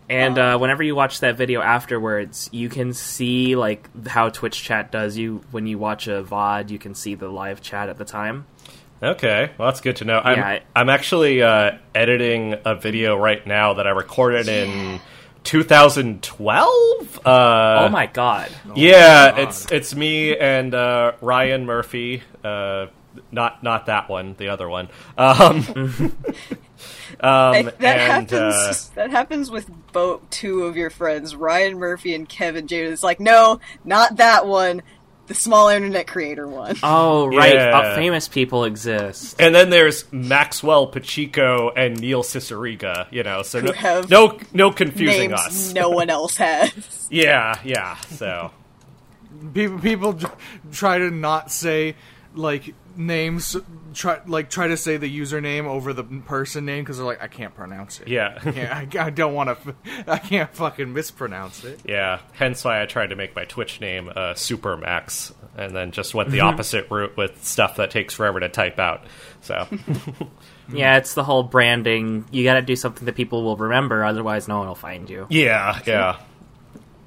Speaker 2: And uh, whenever you watch that video afterwards, you can see like how Twitch chat does. You when you watch a VOD, you can see the live chat at the time.
Speaker 3: Okay, well that's good to know. I'm
Speaker 2: Yeah, I-
Speaker 3: I'm actually uh, editing a video right now that I recorded in 2012. Uh,
Speaker 2: oh my god!
Speaker 3: Yeah,
Speaker 1: God.
Speaker 3: it's it's me and uh, Ryan Murphy. Uh, not not that one, the other one. Um,
Speaker 2: (laughs)
Speaker 3: um,
Speaker 5: I- that
Speaker 3: and,
Speaker 5: happens.
Speaker 3: uh,
Speaker 5: that happens with both two of your friends, Ryan Murphy and Kevin Jaden. It's like, no, not that one. The small internet creator one.
Speaker 2: Oh right,
Speaker 3: Yeah.
Speaker 2: Uh, famous people exist.
Speaker 3: And then there's Maxwell Pacheco and Neil Ciceriga, you know, so no,
Speaker 5: have
Speaker 3: no no
Speaker 5: (laughs)
Speaker 3: confusing
Speaker 5: Names
Speaker 3: us.
Speaker 5: no one else has.
Speaker 3: Yeah, yeah. So
Speaker 1: people people j- try to not say like names try like try to say the username over the person name because they're like i can't pronounce it
Speaker 3: yeah. (laughs)
Speaker 1: yeah i, I don't want to (laughs) i can't fucking mispronounce it
Speaker 3: Yeah. Hence why I tried to make my Twitch name uh Supermax and then just went the
Speaker 5: Mm-hmm.
Speaker 3: opposite route with stuff that takes forever to type out.
Speaker 5: (laughs)
Speaker 3: So
Speaker 2: Yeah, it's the whole branding. You got to do something that people will remember, otherwise, no one will find you.
Speaker 3: Yeah, yeah.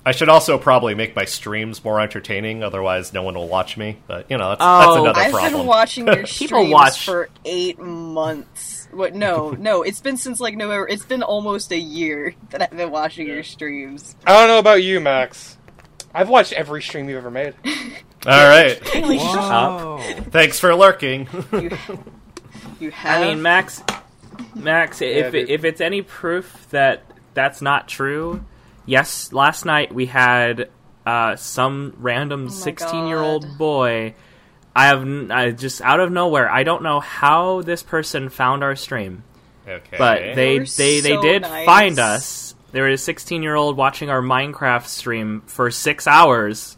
Speaker 3: I should also probably make my streams more entertaining, otherwise no one will watch me. But you know, that's, that's
Speaker 2: Oh,
Speaker 3: another
Speaker 5: I've
Speaker 3: problem.
Speaker 5: been watching your streams
Speaker 2: watch-
Speaker 5: for eight months. What? No, no. It's been since like November. It's been almost a year that I've been watching your streams.
Speaker 4: I don't know about you, Max. I've watched every stream you've ever made.
Speaker 3: All right.
Speaker 5: (laughs) Oh.
Speaker 1: Whoa.
Speaker 3: Thanks for lurking. (laughs)
Speaker 5: You, you have.
Speaker 2: I mean, Max, Max, if
Speaker 4: dude.
Speaker 2: it, if it's any proof that that's not true, yes. Last night we had uh, some random sixteen-year-old
Speaker 5: Oh God.
Speaker 2: boy. I have n- I just out of nowhere. I don't know how this person found our stream,
Speaker 3: okay.
Speaker 2: but they
Speaker 5: You're
Speaker 2: they they
Speaker 5: so
Speaker 2: did
Speaker 5: nice.
Speaker 2: find us. There was a sixteen-year-old watching our Minecraft stream for six hours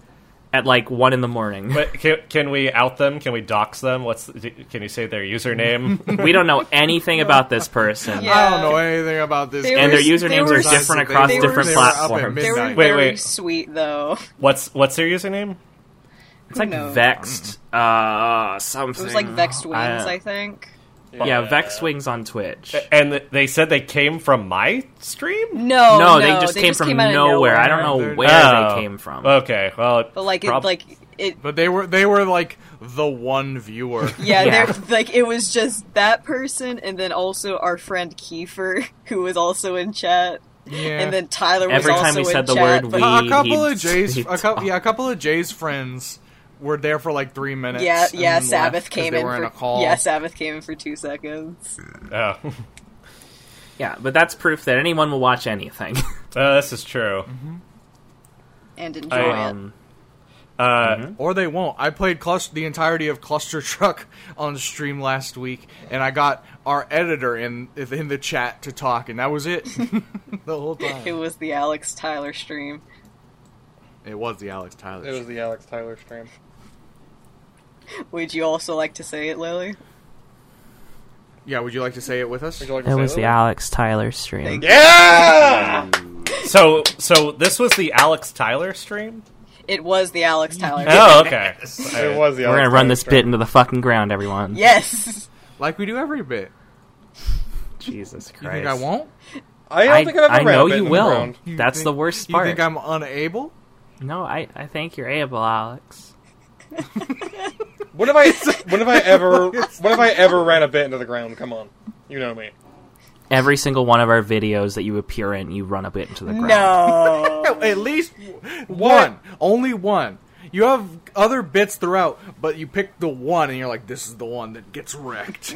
Speaker 2: at like one in the morning.
Speaker 3: But can, can we out them? Can we dox them? What's the, can you say
Speaker 5: (laughs)
Speaker 3: their username?
Speaker 2: we don't know anything about this person.
Speaker 5: Yeah.
Speaker 1: i don't know anything about this
Speaker 5: They
Speaker 1: game.
Speaker 2: And their
Speaker 5: They were- they
Speaker 2: usernames
Speaker 5: were-
Speaker 2: are different
Speaker 1: they
Speaker 2: across
Speaker 5: were-
Speaker 2: different
Speaker 5: they were up at
Speaker 2: platforms.
Speaker 5: they were
Speaker 1: midnight.
Speaker 5: very
Speaker 3: wait.
Speaker 5: sweet though.
Speaker 3: what's what's their username?
Speaker 2: It's like
Speaker 5: knows?
Speaker 2: vexed uh
Speaker 5: It
Speaker 2: something.
Speaker 5: was like vexed wings, I,
Speaker 2: I- uh,
Speaker 5: think.
Speaker 2: yeah, vexed wings on Twitch.
Speaker 3: And th- they said they came from my stream.
Speaker 5: Oh, No,
Speaker 2: no, they just came from
Speaker 5: out of
Speaker 2: nowhere. I don't know
Speaker 1: They're-
Speaker 2: where
Speaker 3: Oh.
Speaker 2: they came from.
Speaker 3: Okay, well,
Speaker 5: But like,
Speaker 3: prob-
Speaker 5: it, like
Speaker 2: (laughs)
Speaker 5: it.
Speaker 1: but they were they were like the one
Speaker 5: (laughs)
Speaker 1: viewer
Speaker 5: Yeah,
Speaker 2: Yeah.
Speaker 5: There, like it was just that person, and then also our friend Kiefer, (laughs) who was also in chat,
Speaker 1: yeah
Speaker 5: and then Tyler was
Speaker 2: Every
Speaker 5: also
Speaker 2: time we
Speaker 5: in
Speaker 2: said the
Speaker 5: chat, (laughs)
Speaker 2: word
Speaker 5: but-
Speaker 2: we-
Speaker 1: a couple
Speaker 2: he'd
Speaker 1: of Jay's,
Speaker 2: speak
Speaker 1: a couple,
Speaker 2: up.
Speaker 1: yeah, a couple of Jay's friends were there for like three minutes.
Speaker 5: Yeah,
Speaker 1: and
Speaker 5: yeah.
Speaker 1: left
Speaker 5: Sabbath
Speaker 1: 'cause
Speaker 5: came
Speaker 1: they
Speaker 5: in
Speaker 1: were
Speaker 5: for
Speaker 1: in a call.
Speaker 5: yeah. Sabbath came in for two seconons.
Speaker 3: oh.
Speaker 2: Yeah, but that's proof that anyone will watch anything.
Speaker 3: Uh, this is true.
Speaker 5: and enjoy
Speaker 3: I-
Speaker 5: it.
Speaker 2: um,
Speaker 3: Uh,
Speaker 1: or they won't. I played cluster, the entirety of Cluster (laughs) Truck on stream last week, and I got our editor in in the chat to talk, and that was
Speaker 5: (laughs)
Speaker 1: it (laughs) the whole
Speaker 5: It
Speaker 1: time.
Speaker 5: was the Alex Tyler stream.
Speaker 1: It was the Alex Tyler.
Speaker 4: It was the Alex Tyler stream.
Speaker 5: Would you also like to say it, Lily?
Speaker 1: yeah, would you like to say it with us?
Speaker 4: Would you like to say that?
Speaker 2: Alex Tyler stream.
Speaker 4: Yeah.
Speaker 3: so so this was the Alex Tyler stream.
Speaker 5: It was the Alex
Speaker 2: (laughs)
Speaker 5: Tyler.
Speaker 3: Oh, okay.
Speaker 4: It was the.
Speaker 2: We're
Speaker 4: Alex
Speaker 2: gonna run
Speaker 4: Tyler
Speaker 2: this
Speaker 4: stream.
Speaker 2: bit into the fucking ground, everyone.
Speaker 5: Yes.
Speaker 1: Like we do every bit.
Speaker 2: Jesus Christ.
Speaker 1: You think I won't?
Speaker 4: I don't
Speaker 2: I,
Speaker 4: think I've ever
Speaker 2: I
Speaker 4: ran a
Speaker 2: know
Speaker 4: bit
Speaker 2: you
Speaker 4: in the
Speaker 2: will.
Speaker 4: ground.
Speaker 1: You
Speaker 2: That's
Speaker 1: think-
Speaker 2: the worst
Speaker 1: You
Speaker 2: part.
Speaker 1: think I'm unable?
Speaker 2: No, I, I think you're able, Alex.
Speaker 4: When have I?
Speaker 2: (laughs)
Speaker 4: When have I ever? When have I ever ran a bit into the ground? Come on, you know me.
Speaker 2: Every single one of our videos that you appear in, you run a bit into the ground.
Speaker 5: No.
Speaker 1: At least one. Only one. You have other bits throughout, but you pick the one and you're like, this is the one that gets wrecked.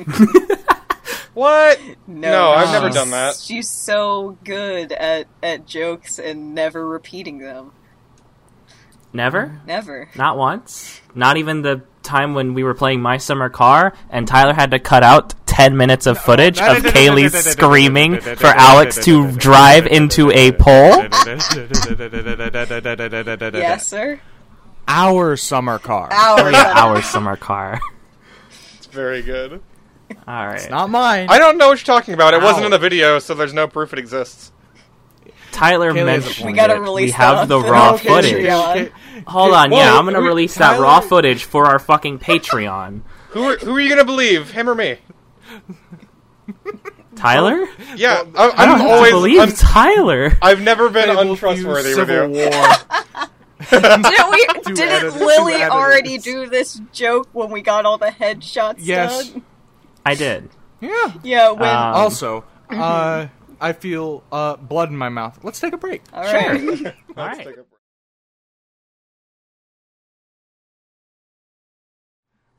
Speaker 4: What?
Speaker 5: No,
Speaker 4: No, I've
Speaker 5: she's-
Speaker 4: never done that.
Speaker 5: She's so good at at jokes and never repeating them.
Speaker 2: Never?
Speaker 5: Never.
Speaker 2: Not once. Not even the time when we were playing My Summer Car and Tyler had to cut out 10 minutes of footage
Speaker 1: no,
Speaker 2: of
Speaker 1: no, no,
Speaker 2: Kaylee
Speaker 1: no, no, no,
Speaker 2: screaming
Speaker 1: no, no, no,
Speaker 2: for
Speaker 1: no, no,
Speaker 2: Alex
Speaker 1: no, no,
Speaker 2: to
Speaker 1: no,
Speaker 2: drive into a pole.
Speaker 5: Yes, sir.
Speaker 1: Our summer car.
Speaker 5: Hours.
Speaker 2: Our Summer Car.
Speaker 4: It's very good.
Speaker 2: All right.
Speaker 1: Not mine.
Speaker 4: I don't know what you're talking about. It wasn't
Speaker 1: Ow.
Speaker 4: in the video, so there's no proof it exists.
Speaker 2: Tyler
Speaker 1: Kayla has a
Speaker 2: mentioned
Speaker 1: point.
Speaker 5: We gotta
Speaker 2: it.
Speaker 5: release
Speaker 2: we
Speaker 5: that.
Speaker 2: have the
Speaker 5: No, (laughs)
Speaker 2: raw
Speaker 5: okay,
Speaker 2: footage.
Speaker 5: yeah.
Speaker 2: Hold on,
Speaker 4: Well,
Speaker 2: yeah, I'm gonna
Speaker 4: we-
Speaker 2: release that
Speaker 4: Tyler-
Speaker 2: raw footage for our fucking Patreon.
Speaker 4: Who are, who are you gonna believe, him or me?
Speaker 2: Tyler?
Speaker 5: Oh.
Speaker 4: Yeah, I,
Speaker 2: (laughs) I don't
Speaker 4: I'm
Speaker 2: have
Speaker 4: always.
Speaker 2: to believe
Speaker 4: I'm,
Speaker 2: Tyler.
Speaker 4: I've never been
Speaker 1: They will
Speaker 4: untrustworthy
Speaker 1: use
Speaker 4: with
Speaker 1: Civil
Speaker 4: you.
Speaker 1: War.
Speaker 5: Didn't
Speaker 2: (laughs)
Speaker 5: we?
Speaker 1: editors,
Speaker 5: didn't
Speaker 1: two
Speaker 5: Lily
Speaker 1: editors.
Speaker 5: already do this joke when we got all the headshots
Speaker 1: Yes.
Speaker 5: done?
Speaker 2: I did.
Speaker 1: yeah.
Speaker 5: Yeah. When.
Speaker 2: Uh,
Speaker 1: (laughs) Also, uh, I feel uh, blood in my mouth. Let's take a break.
Speaker 5: all right.
Speaker 2: All
Speaker 4: Let's
Speaker 2: right.
Speaker 4: take a break.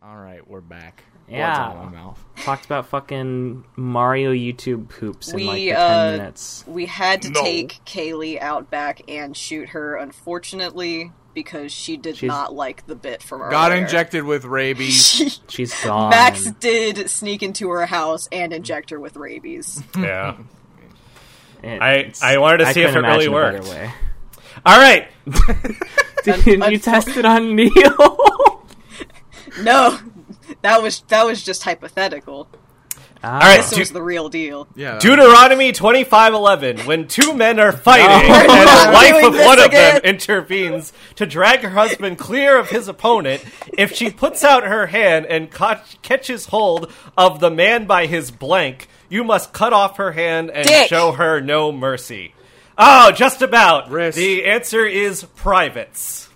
Speaker 1: All right, we're back.
Speaker 2: Yeah.
Speaker 1: Blood's out of my mouth.
Speaker 2: Talked about fucking Mario YouTube poops in like
Speaker 5: We,
Speaker 2: the
Speaker 5: uh,
Speaker 2: 10 minutes.
Speaker 5: We had to
Speaker 1: No.
Speaker 5: take Kaylee out back and shoot her, unfortunately, because she did
Speaker 2: She's-
Speaker 5: not like the bit from earlier.
Speaker 1: Got injected with rabies.
Speaker 2: She's
Speaker 5: (laughs)
Speaker 2: gone.
Speaker 5: Max did sneak into her house and inject her with rabies.
Speaker 3: Yeah.
Speaker 2: It-
Speaker 3: I-
Speaker 2: it's-
Speaker 3: I wanted to see if
Speaker 2: couldn't
Speaker 3: it really
Speaker 2: imagine a better
Speaker 3: worked.
Speaker 1: (laughs)
Speaker 2: way.
Speaker 3: All right.
Speaker 2: Did you
Speaker 5: unfor-
Speaker 1: (laughs)
Speaker 2: test it on Neil?
Speaker 5: No, that was that was just hypothetical.
Speaker 2: All
Speaker 3: right,
Speaker 5: This
Speaker 3: Do-
Speaker 5: was the real deal.
Speaker 1: Yeah.
Speaker 3: Deuteronomy 25:11 when two men are fighting
Speaker 2: No.
Speaker 3: and
Speaker 2: We're
Speaker 3: the
Speaker 5: not
Speaker 3: wife
Speaker 5: doing
Speaker 3: of
Speaker 5: this
Speaker 3: one of
Speaker 5: again.
Speaker 3: them intervenes to drag her husband clear of his opponent if she puts out her hand and ca- catches hold of the man by his blank you must cut off her hand and
Speaker 5: Dick.
Speaker 3: show her no mercy. Oh, just about.
Speaker 1: Wrist.
Speaker 3: The answer is privates.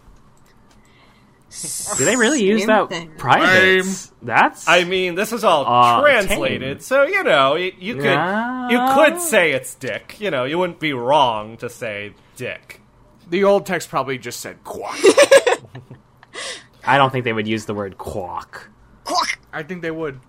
Speaker 2: Do they really use
Speaker 5: Same
Speaker 2: that
Speaker 5: thing.
Speaker 2: private? That's
Speaker 3: I mean, this is all
Speaker 5: Ah,
Speaker 2: Uh,
Speaker 3: translated,
Speaker 2: tame.
Speaker 3: so you know you, you could
Speaker 2: Yeah.
Speaker 3: you could say it's dick. You know, you wouldn't be wrong to say dick.
Speaker 1: The old text probably just said quack.
Speaker 2: I don't think they would use the word quack.
Speaker 1: (laughs) I think they would.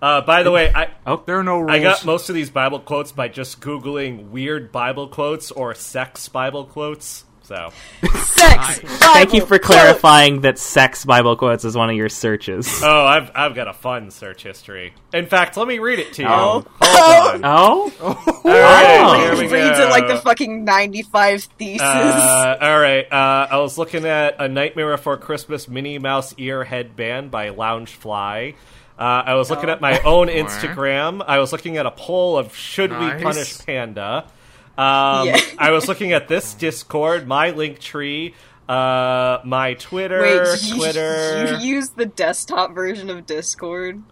Speaker 3: Uh, by the way, I
Speaker 2: Oh,
Speaker 1: There are no rules.
Speaker 3: I got most of these Bible quotes by just googling weird Bible quotes or sex Bible quotes. So
Speaker 5: Sex.
Speaker 2: thank you
Speaker 5: Bible,
Speaker 2: for
Speaker 5: quote.
Speaker 2: clarifying that sex Bible quotes is one of your searches. (laughs)
Speaker 3: oh, I've I've got a fun search history. In fact, let me read it to you.
Speaker 2: Oh.
Speaker 3: Hold on.
Speaker 2: Oh,
Speaker 3: All right, here
Speaker 2: Oh.
Speaker 3: we
Speaker 5: Reads it like the
Speaker 3: go.
Speaker 5: fucking ninety-five thesis.
Speaker 3: Uh, all right. Uh, I was looking at a Nightmare Before Christmas Minnie Mouse ear headband by Lounge Fly. Uh, I was looking at my own Instagram. I was looking at a poll of should
Speaker 1: Nice.
Speaker 3: we punish Panda. Um,
Speaker 5: Yeah.
Speaker 3: I was looking at this Discord, my link tree, uh, my
Speaker 5: (laughs)
Speaker 3: Twitter,
Speaker 5: Wait, you,
Speaker 3: Twitter.
Speaker 5: you use the desktop version of Discord?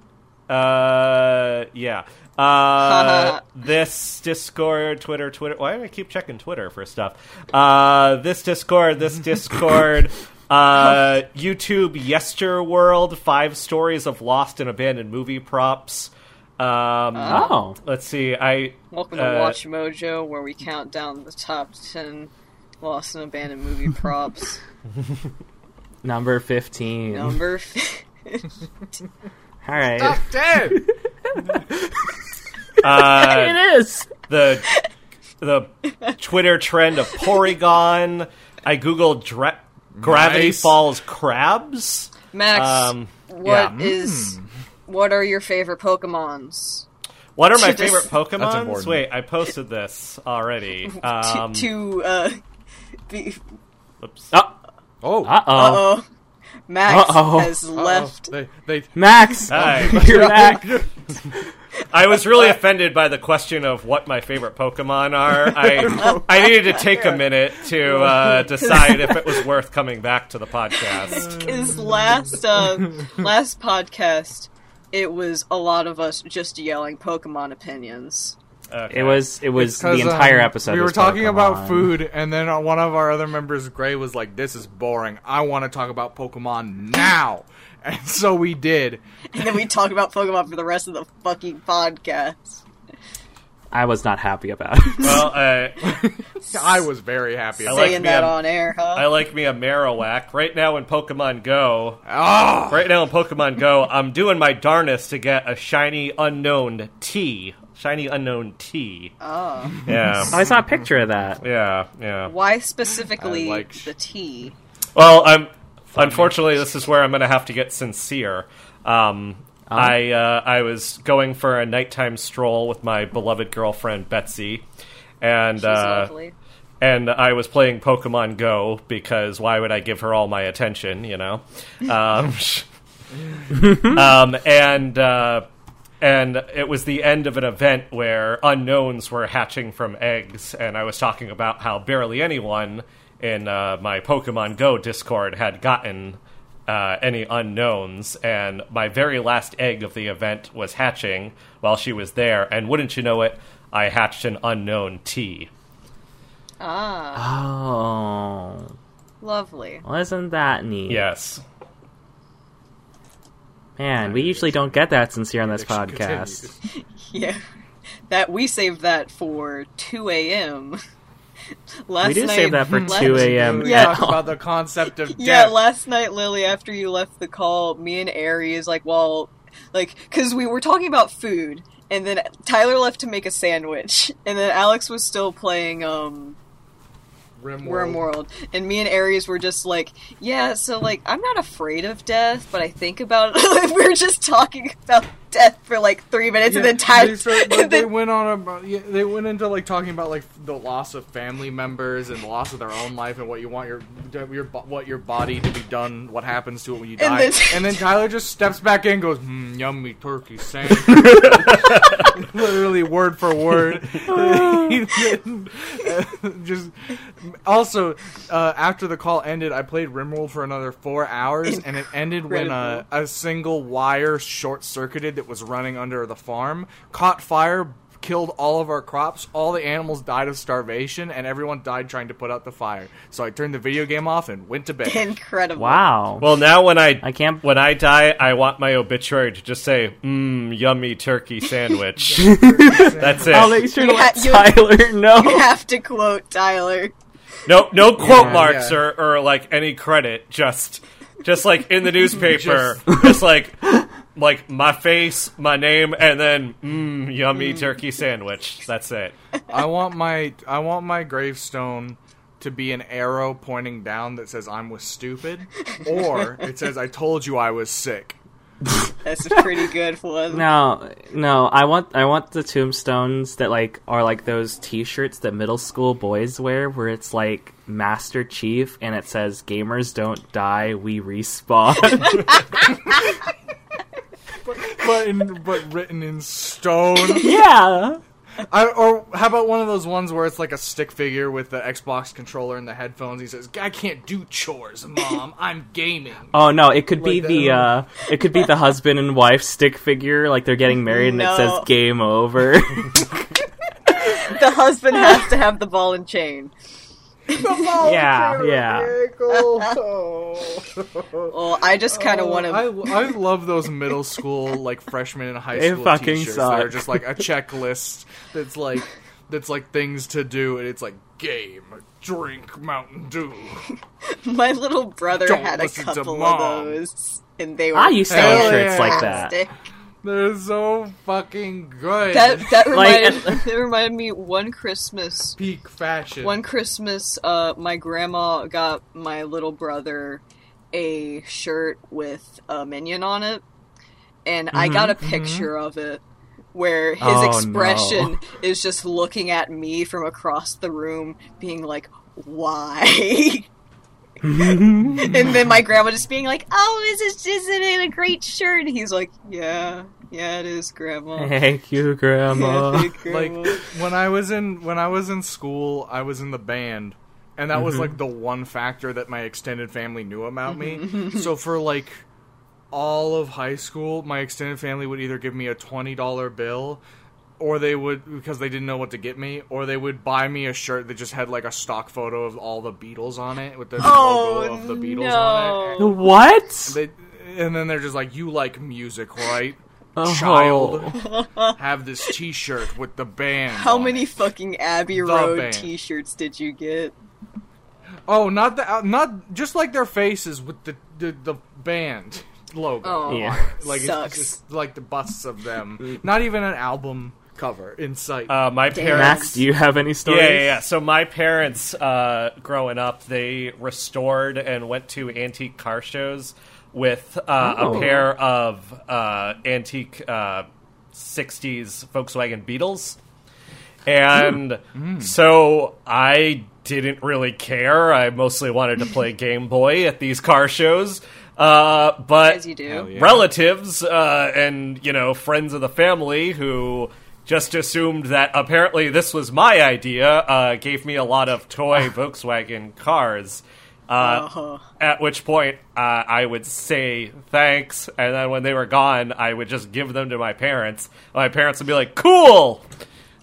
Speaker 3: Uh,
Speaker 5: (laughs)
Speaker 3: yeah. Uh, this Discord, Twitter, Twitter. Why do I keep checking Twitter for stuff? Uh, this
Speaker 5: (laughs)
Speaker 3: Discord, this Discord. uh, YouTube, Yesterworld, five stories of lost and abandoned movie props. Um,
Speaker 2: oh,
Speaker 3: let's see. I
Speaker 5: Uh-huh. Welcome to
Speaker 3: Uh,
Speaker 5: Watch Mojo, where we count down the top ten lost and abandoned
Speaker 3: (laughs)
Speaker 5: movie props.
Speaker 2: number fifteen.
Speaker 5: Number. f- (laughs)
Speaker 2: All right,
Speaker 1: Dead.
Speaker 3: uh,
Speaker 5: (laughs)
Speaker 2: it is.
Speaker 3: the the Twitter trend of Porygon. I googled dra- Gravity
Speaker 1: Nice.
Speaker 3: Falls crabs.
Speaker 5: Max,
Speaker 3: Um,
Speaker 5: what
Speaker 3: yeah. Hmm.
Speaker 5: is- What are your favorite Pokemons?
Speaker 3: What are my
Speaker 5: To dis-
Speaker 3: favorite
Speaker 1: That's
Speaker 3: Pokemon?
Speaker 1: important.
Speaker 3: Wait, I posted this already. Um,
Speaker 5: to, to uh, (laughs) be,
Speaker 3: oops.
Speaker 2: Oh,
Speaker 1: Oh.
Speaker 2: uh oh,
Speaker 5: oh, Max
Speaker 2: Uh-oh.
Speaker 5: has
Speaker 1: Uh-oh.
Speaker 5: left.
Speaker 1: They, they,
Speaker 2: Max,
Speaker 3: Hi.
Speaker 2: (laughs) you're back.
Speaker 3: I was really offended by the question of what my favorite Pokemon are. I I needed to take a minute to uh, decide if it was worth coming back to
Speaker 5: (laughs)
Speaker 3: the podcast.
Speaker 5: His last
Speaker 2: (laughs)
Speaker 5: uh, last podcast, it was a lot of us just yelling Pokemon opinions.
Speaker 3: Okay.
Speaker 2: It was. It was the
Speaker 1: 'Cause,
Speaker 2: entire
Speaker 1: um,
Speaker 2: episode.
Speaker 1: We were
Speaker 2: was
Speaker 1: talking about
Speaker 2: Pokemon.
Speaker 1: food, and then uh, one of our other members, Gray, was like, "This is boring. I want to talk about Pokemon now." (laughs) And so we did.
Speaker 5: And then we talk about Pokemon for the rest of the fucking podcast.
Speaker 2: I was not happy (laughs) about it.
Speaker 3: well. I,
Speaker 1: I was very happy.
Speaker 3: I
Speaker 1: About
Speaker 3: like
Speaker 5: Saying
Speaker 3: me,
Speaker 5: that
Speaker 3: I'm-
Speaker 5: on air, huh?
Speaker 3: I like me a Marowak. Right now in Pokemon Go,
Speaker 1: oh,
Speaker 3: right now in Pokemon Go, I'm doing my darnest to get a shiny unknown T. Shiny unknown T.
Speaker 5: oh.
Speaker 3: Yeah.
Speaker 2: I saw a picture of that.
Speaker 3: Yeah, yeah.
Speaker 5: Why specifically
Speaker 1: I like sh-
Speaker 5: the T?
Speaker 3: Well, I'm unfortunately this is where I'm going to have to get sincere. Um, I uh, I was going for a nighttime stroll with my beloved girlfriend Betsy, and
Speaker 5: She's
Speaker 3: uh,
Speaker 5: lovely.
Speaker 3: and I was playing Pokemon Go because why would I give her all my attention? You know, um, um, and. Uh, and it was the end of an event where unknowns were hatching from eggs, and I was talking about how barely anyone in uh, my Pokemon Go Discord had gotten uh, any unknowns, and my very last egg of the event was hatching while she was there, and wouldn't you know it, I hatched an unknown T.
Speaker 5: Ah,
Speaker 2: Oh,
Speaker 5: lovely.
Speaker 2: wasn't that neat?
Speaker 3: Yes.
Speaker 2: Man, we usually don't get that since you're on this
Speaker 1: Should continue.
Speaker 2: podcast.
Speaker 1: (laughs)
Speaker 5: Yeah. That we saved that for 2 (laughs) a.m. last
Speaker 2: We do
Speaker 5: night,
Speaker 2: save that for
Speaker 5: last-
Speaker 2: 2 a.m.
Speaker 1: Yeah,
Speaker 5: Yeah.
Speaker 1: talk about the concept (laughs) of
Speaker 5: Yeah,
Speaker 1: death.
Speaker 5: last night, Lily, after you left the call, me and Ari is like, well, like, because we were talking about food, and then Tyler left to make a sandwich, (laughs) and then Alex was still playing, um,
Speaker 1: Rimworld.
Speaker 5: Worm World, and me and Aries were just like, yeah. So like, I'm not afraid of death, but I think about (laughs) it. we were just talking about death for like three minutes,
Speaker 1: Yeah,
Speaker 5: and then Tyler,
Speaker 1: they, start- but
Speaker 5: (laughs) and
Speaker 1: they
Speaker 5: then-
Speaker 1: went on a yeah, they went into like talking about like the loss of family members and the loss of their own life and what you want your your bo- what your body to be done what happens to it when you
Speaker 5: And
Speaker 1: die
Speaker 5: then-
Speaker 1: and then Tyler just steps back in and goes mm, yummy turkey sandwich
Speaker 5: (laughs)
Speaker 1: literally word for word (laughs) just also uh, after the call ended I played Rimworld for another four hours and it ended when uh,
Speaker 5: Incredible.
Speaker 1: a single wire short circuited that was running under the farm, caught fire, killed all of our crops, all the animals died of starvation, and everyone died trying to put out the fire. So I turned the video game off and went to bed.
Speaker 5: (laughs) incredible.
Speaker 2: Wow.
Speaker 3: Well, now when I,
Speaker 2: I can't-
Speaker 3: when I die, I want my obituary to just say, "Mmm, (laughs) yummy turkey sandwich." That's it.
Speaker 2: (laughs) I'll make sure to
Speaker 5: Yeah,
Speaker 2: let
Speaker 5: you-
Speaker 2: Tyler (laughs)
Speaker 5: You
Speaker 2: know.
Speaker 5: have to quote Tyler.
Speaker 3: No, no quote
Speaker 1: Yeah.
Speaker 3: marks
Speaker 1: Yeah.
Speaker 3: or, or like any credit. Just, just like in the (laughs) newspaper, just, like, like my face, my name, and then mmm, yummy turkey sandwich. That's it.
Speaker 1: I want my I want my gravestone to be an arrow pointing down that says I'm was stupid, or it says I told you I was sick.
Speaker 5: That's a pretty good one.
Speaker 2: No, no. I want, I want the tombstones that like are like those T-shirts that middle school boys wear, where it's like Master Chief and it says "Gamers don't die, we respawn."
Speaker 5: (laughs)
Speaker 2: (laughs)
Speaker 1: But in, but written in stone.
Speaker 2: yeah.
Speaker 1: I, or how about one of those ones where it's like a stick figure with the Xbox controller and the headphones? He says, "I can't do chores, mom. I'm gaming."
Speaker 2: Oh no, it could be
Speaker 1: Like
Speaker 2: the
Speaker 1: that.
Speaker 2: uh it could be the husband and wife stick figure, like they're getting married and it says
Speaker 5: No.
Speaker 1: (laughs)
Speaker 2: game over.
Speaker 5: The husband has to have the ball and chain.
Speaker 2: yeah, yeah.
Speaker 4: (laughs)
Speaker 5: Well, I just kind of want
Speaker 1: Oh, I,
Speaker 5: to.
Speaker 1: I love those middle school like freshmen and high
Speaker 2: They
Speaker 1: school
Speaker 2: fucking
Speaker 1: t-shirts that are
Speaker 2: suck.
Speaker 1: just like a checklist that's like that's like things to do and it's like game, drink Mountain Dew.
Speaker 5: (laughs) My little brother
Speaker 1: Don't
Speaker 5: had a
Speaker 1: listen to
Speaker 5: couple
Speaker 1: Mom.
Speaker 5: of those, and they were.
Speaker 2: I used to have
Speaker 1: Hell
Speaker 2: shirts like
Speaker 5: fantastic.
Speaker 2: that.
Speaker 1: They're so fucking good.
Speaker 5: that that
Speaker 2: Like, (laughs)
Speaker 5: reminded, (laughs) that reminded me one Christmas.
Speaker 1: Peak fashion.
Speaker 5: One Christmas, uh, my grandma got my little brother a shirt with a minion on it, and I got a picture of it where his
Speaker 2: Mm-hmm, Oh,
Speaker 5: expression
Speaker 2: no.
Speaker 5: is just looking at me from across the room, being like,
Speaker 2: (laughs)
Speaker 5: "Why?" and then my grandma just being like, "Oh, this is isn't it a great shirt?" And he's like, "Yeah, yeah, it is, grandma."
Speaker 2: Thank you,
Speaker 5: Yeah,
Speaker 2: Grandma.
Speaker 5: (laughs) thank you,
Speaker 1: like
Speaker 5: Grandma."
Speaker 1: when I was in when I was in school, I was in the band, and that
Speaker 5: Mm-hmm.
Speaker 1: was like the one factor that my extended family knew about me.
Speaker 5: Mm-hmm.
Speaker 1: so for like all of high school, my extended family would either give me a twenty dollar bill. Or they would because they didn't know what to get me, or they would buy me a shirt that just had like a stock photo of all the Beatles on it with the logo
Speaker 5: Oh,
Speaker 1: of the Beatles on it.
Speaker 5: no.
Speaker 2: what?
Speaker 1: They, and then they're just like, "You like music, right,
Speaker 2: Oh.
Speaker 1: child? Have this T-shirt with the band."
Speaker 5: How
Speaker 1: on
Speaker 5: many
Speaker 1: it."
Speaker 5: fucking Abbey Road
Speaker 1: band.
Speaker 5: T-shirts did you get?
Speaker 1: Oh, not the uh, not just like their faces with the the, the band (laughs) logo.
Speaker 5: Oh,
Speaker 2: Yeah.
Speaker 1: (laughs) like
Speaker 5: sucks.
Speaker 1: it's just like the busts of them. not even an album cover in sight.
Speaker 3: Uh, my parents.
Speaker 2: Max, do you have any
Speaker 3: Yeah,
Speaker 2: stories?
Speaker 3: yeah, yeah. So my parents, uh, growing up, they restored and went to antique car shows with uh,
Speaker 2: Oh.
Speaker 3: a pair of uh, antique uh, '60s Volkswagen Beetles, and
Speaker 2: Hmm.
Speaker 3: so I didn't really care. I mostly wanted to play Game Boy at these car shows. Uh, but
Speaker 5: as you do.
Speaker 1: Hell yeah.
Speaker 3: relatives uh, and you know friends of the family who just assumed that apparently this was my idea uh, gave me a lot of toy Volkswagen cars. Uh,
Speaker 5: Uh-huh.
Speaker 3: At which point uh, I would say thanks, and then when they were gone, I would just give them to my parents. My parents would be like, "Cool."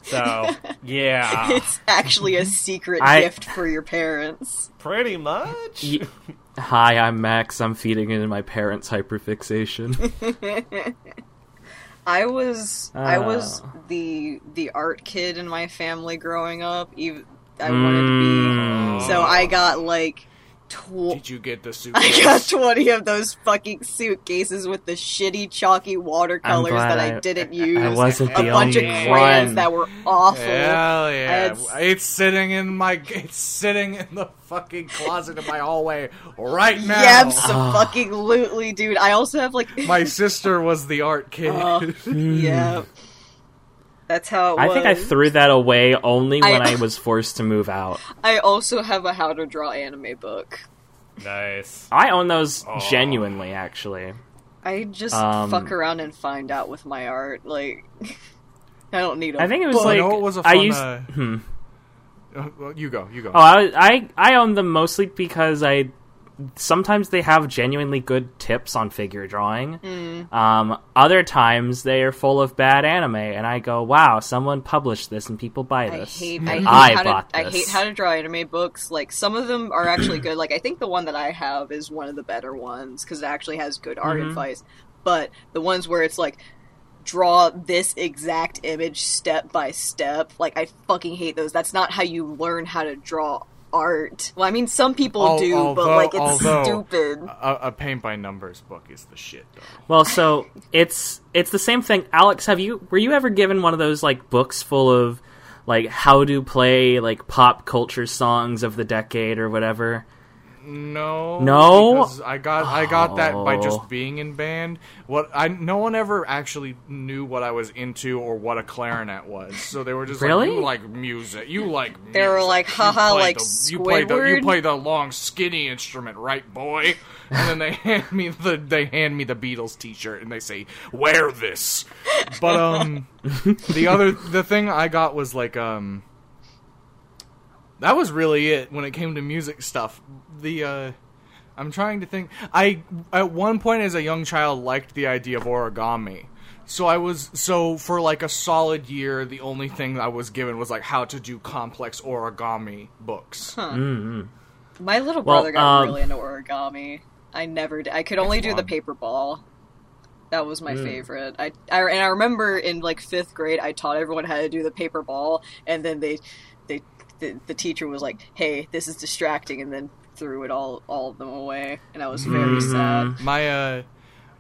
Speaker 3: So yeah,
Speaker 5: It's actually a secret
Speaker 2: I-
Speaker 5: gift for your parents. (laughs)
Speaker 3: pretty much.
Speaker 2: Ye- Hi, I'm Max. I'm feeding into my parents' hyperfixation.
Speaker 5: I was I was
Speaker 2: Oh.
Speaker 5: the the art kid in my family growing up. Even I wanted to be, so I got like tw-
Speaker 1: Did you get the
Speaker 5: (laughs) I
Speaker 1: suitcase?
Speaker 5: got twenty of those fucking suitcases with the shitty chalky watercolors
Speaker 2: glad
Speaker 5: that I,
Speaker 2: I-
Speaker 5: didn't use.
Speaker 2: I wasn't
Speaker 5: a
Speaker 2: the
Speaker 5: bunch of
Speaker 2: only
Speaker 5: crayons
Speaker 2: one.
Speaker 5: that were awful.
Speaker 1: Hell yeah!
Speaker 5: It's-
Speaker 1: It's sitting in my it's sitting in the fucking closet in my hallway right now.
Speaker 5: Yeah, fucking lootly, dude. I also have like
Speaker 1: My sister was the art kid. (laughs)
Speaker 5: Oh. (laughs) yeah. That's how it
Speaker 2: I
Speaker 5: was.
Speaker 2: think I threw that away only when
Speaker 5: I-
Speaker 2: I was forced to move out.
Speaker 5: I also have a how to draw anime book.
Speaker 3: Nice.
Speaker 2: I own those genuinely, actually.
Speaker 5: I just
Speaker 2: Um,
Speaker 5: fuck around and find out with my art. Like, (laughs) I don't need. I
Speaker 2: I think it was
Speaker 1: Well,
Speaker 2: like
Speaker 1: you know what Oh, was a
Speaker 2: I
Speaker 1: fun,
Speaker 2: used.
Speaker 1: uh,
Speaker 2: hmm.
Speaker 1: Uh, well, you go, you go.
Speaker 2: Oh, I, I I own them mostly because I sometimes they have genuinely good tips on figure drawing.
Speaker 5: Mm.
Speaker 2: Um, other times they are full of bad anime, and I go, "Wow, someone published this and people buy
Speaker 5: I
Speaker 2: this."
Speaker 5: hate.
Speaker 2: and
Speaker 5: I hate, how
Speaker 2: bought
Speaker 5: to, I
Speaker 2: this.
Speaker 5: hate how to draw anime books. Like some of them are actually good. Like I think the one that I have is one of the better ones because it actually has good art advice. But the ones where it's like draw this exact image step by step, like I fucking hate those. That's not how you learn how to draw art. Well, I mean some people
Speaker 1: Al-
Speaker 5: do,
Speaker 1: although-
Speaker 5: but like it's
Speaker 1: although-
Speaker 5: stupid.
Speaker 1: A, a paint by numbers book is the shit, though.
Speaker 2: Well, so it's it's the same thing. Alex, have you were you ever given one of those like books full of like how to play like pop culture songs of the decade or whatever?
Speaker 1: No,
Speaker 2: No?
Speaker 1: because I got I got that by
Speaker 2: Oh.
Speaker 1: just being in band. What I no one ever actually knew what I was into or what a clarinet was, so they were just
Speaker 2: Really?
Speaker 1: like, "You like music? You like?" Music.
Speaker 5: They were like,
Speaker 1: You
Speaker 5: haha,
Speaker 1: play
Speaker 5: like
Speaker 1: the, you play the you
Speaker 5: Squidward?"
Speaker 1: play the long skinny instrument, right, boy? And then they (laughs) hand me the they hand me the Beatles T-shirt and they say, "Wear this." But um, the other the thing I got was like um. that was really it when it came to music stuff. The uh I'm trying to think. I at one point as a young child liked the idea of origami. So I was so for like a solid year the only thing I was given was like how to do complex origami books.
Speaker 5: My little
Speaker 2: Well,
Speaker 5: brother got
Speaker 2: um,
Speaker 5: really into origami. I never did. I could only do the
Speaker 1: fun.
Speaker 5: paper ball. That was
Speaker 2: Mm.
Speaker 5: my favorite. I, I and I remember in like fifth grade, I taught everyone how to do the paper ball, and then they, they, the, the teacher was like, "Hey, this is distracting," and then threw it all all of them away, and I was very
Speaker 2: Mm-hmm. Eh,
Speaker 5: sad.
Speaker 1: My uh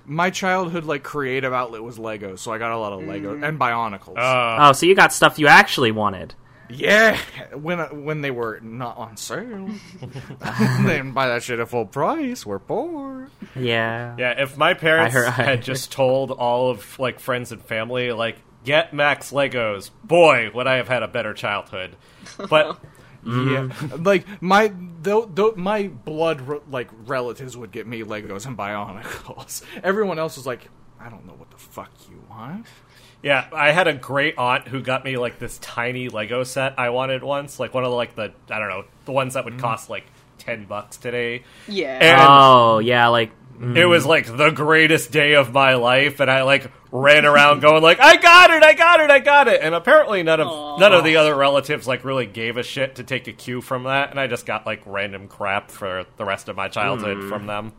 Speaker 1: my childhood like creative outlet was Lego, so I got a lot of Lego and Bionicles.
Speaker 3: Uh,
Speaker 2: Oh, so you got stuff you actually wanted.
Speaker 1: yeah, when I- when they were not on sale, (laughs) they didn't buy that shit at full price. We're poor.
Speaker 2: Yeah.
Speaker 3: Yeah, if my parents
Speaker 2: I heard- I
Speaker 3: had
Speaker 2: heard.
Speaker 3: just told all of like friends and family, like, get Max Legos, boy, would I have had a better childhood.
Speaker 2: (laughs)
Speaker 3: But
Speaker 1: Yeah, Mm-hmm. like my though, though my blood re- like relatives would get me Legos and Bionicles. (laughs) Everyone else was like, I don't know what the fuck you want.
Speaker 3: yeah, I had a great aunt who got me like this tiny Lego set I wanted once, like one of like the I don't know the ones that would
Speaker 2: Mm.
Speaker 3: cost like ten bucks today.
Speaker 5: Yeah,
Speaker 2: Oh, yeah. Like mm,
Speaker 3: It was like the greatest day of my life, and I like ran around going like, "I got it, I got it, I got it!" And apparently, none of none of the other relatives like really gave a shit to take a cue from that, and I just got like random crap for the rest of my childhood
Speaker 1: Hmm.
Speaker 3: from them.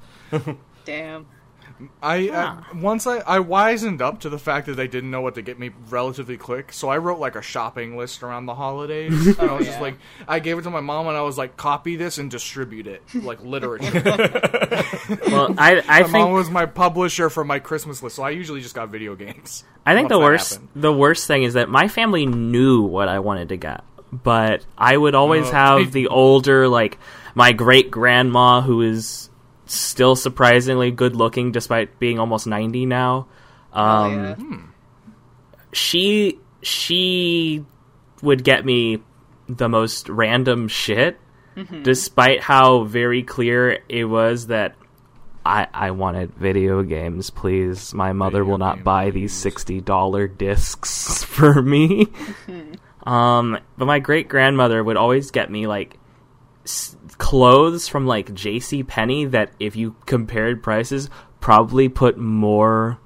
Speaker 5: damn.
Speaker 1: I, I once I I wisened up to the fact that they didn't know what to get me relatively quick, so I wrote like a shopping list around the holidays.
Speaker 2: (laughs)
Speaker 1: and I was just
Speaker 5: yeah.
Speaker 1: like, I gave it to my mom and I was like, copy this and distribute it
Speaker 2: (laughs)
Speaker 1: like literature. (laughs)
Speaker 2: well, I I
Speaker 1: my mom
Speaker 2: think
Speaker 1: was my publisher for my Christmas list, so I usually just got video games.
Speaker 2: I
Speaker 1: once
Speaker 2: think the
Speaker 1: that
Speaker 2: worst
Speaker 1: happened.
Speaker 2: the worst thing is that my family knew what I wanted to get, but I would always
Speaker 1: Oh. (laughs)
Speaker 2: have the older like my great grandma who is still surprisingly good looking despite being almost 90 now. Um
Speaker 5: Oh, yeah.
Speaker 1: hmm.
Speaker 2: she she would get me the most random shit despite how very clear it was that I, I wanted video games, please. My mother
Speaker 1: Video
Speaker 2: will not
Speaker 1: games.
Speaker 2: buy these sixty dollar discs (laughs) for me. um, but my great grandmother would always get me like s- clothes from like J.C. Penney that, if you compared prices, probably put more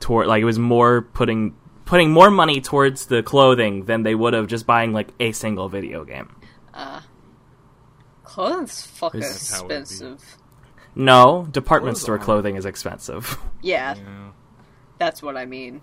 Speaker 2: toward like it was more putting putting more money towards the clothing than they would have just buying like a single video game.
Speaker 5: Clothes fucking
Speaker 2: That's
Speaker 1: how it would be.
Speaker 5: expensive.
Speaker 2: No, department
Speaker 1: Clothes
Speaker 2: store
Speaker 1: aren't-
Speaker 2: clothing is expensive. (laughs)
Speaker 5: Yeah,
Speaker 1: Yeah.
Speaker 5: that's what I mean.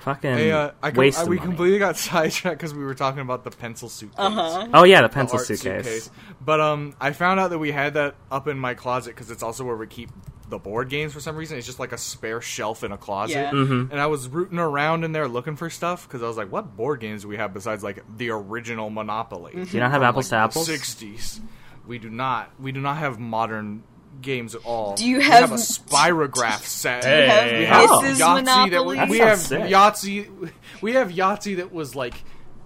Speaker 2: Fucking
Speaker 1: Hey, uh, I, com-
Speaker 2: waste
Speaker 1: I-
Speaker 2: of
Speaker 1: we
Speaker 2: money.
Speaker 1: completely got (laughs) sidetracked because we were talking about the pencil suitcase.
Speaker 5: Uh huh.
Speaker 2: Oh yeah, the
Speaker 1: The
Speaker 2: pencil
Speaker 1: art
Speaker 2: suitcase.
Speaker 1: But um, I found out that we had that up in my closet because it's also where we keep the board games for some reason. It's just like a spare shelf in a closet.
Speaker 5: Yeah.
Speaker 2: Mm-hmm.
Speaker 1: And I was rooting around in there looking for stuff because I was like, what board games do we have besides like the original Monopoly?
Speaker 2: Do you not have apples to apples?
Speaker 1: Sixties. We do not. We do not have modern games at all.
Speaker 5: Do you
Speaker 1: We
Speaker 5: have-
Speaker 1: a
Speaker 5: (laughs)
Speaker 1: Spirograph set?
Speaker 3: Hey.
Speaker 5: Have
Speaker 1: We have
Speaker 2: Oh.
Speaker 5: Mrs.
Speaker 1: Yahtzee that
Speaker 5: Monopoly.
Speaker 1: we, we
Speaker 2: That
Speaker 1: have
Speaker 2: sounds sick.
Speaker 1: Yahtzee. We have Yahtzee that was like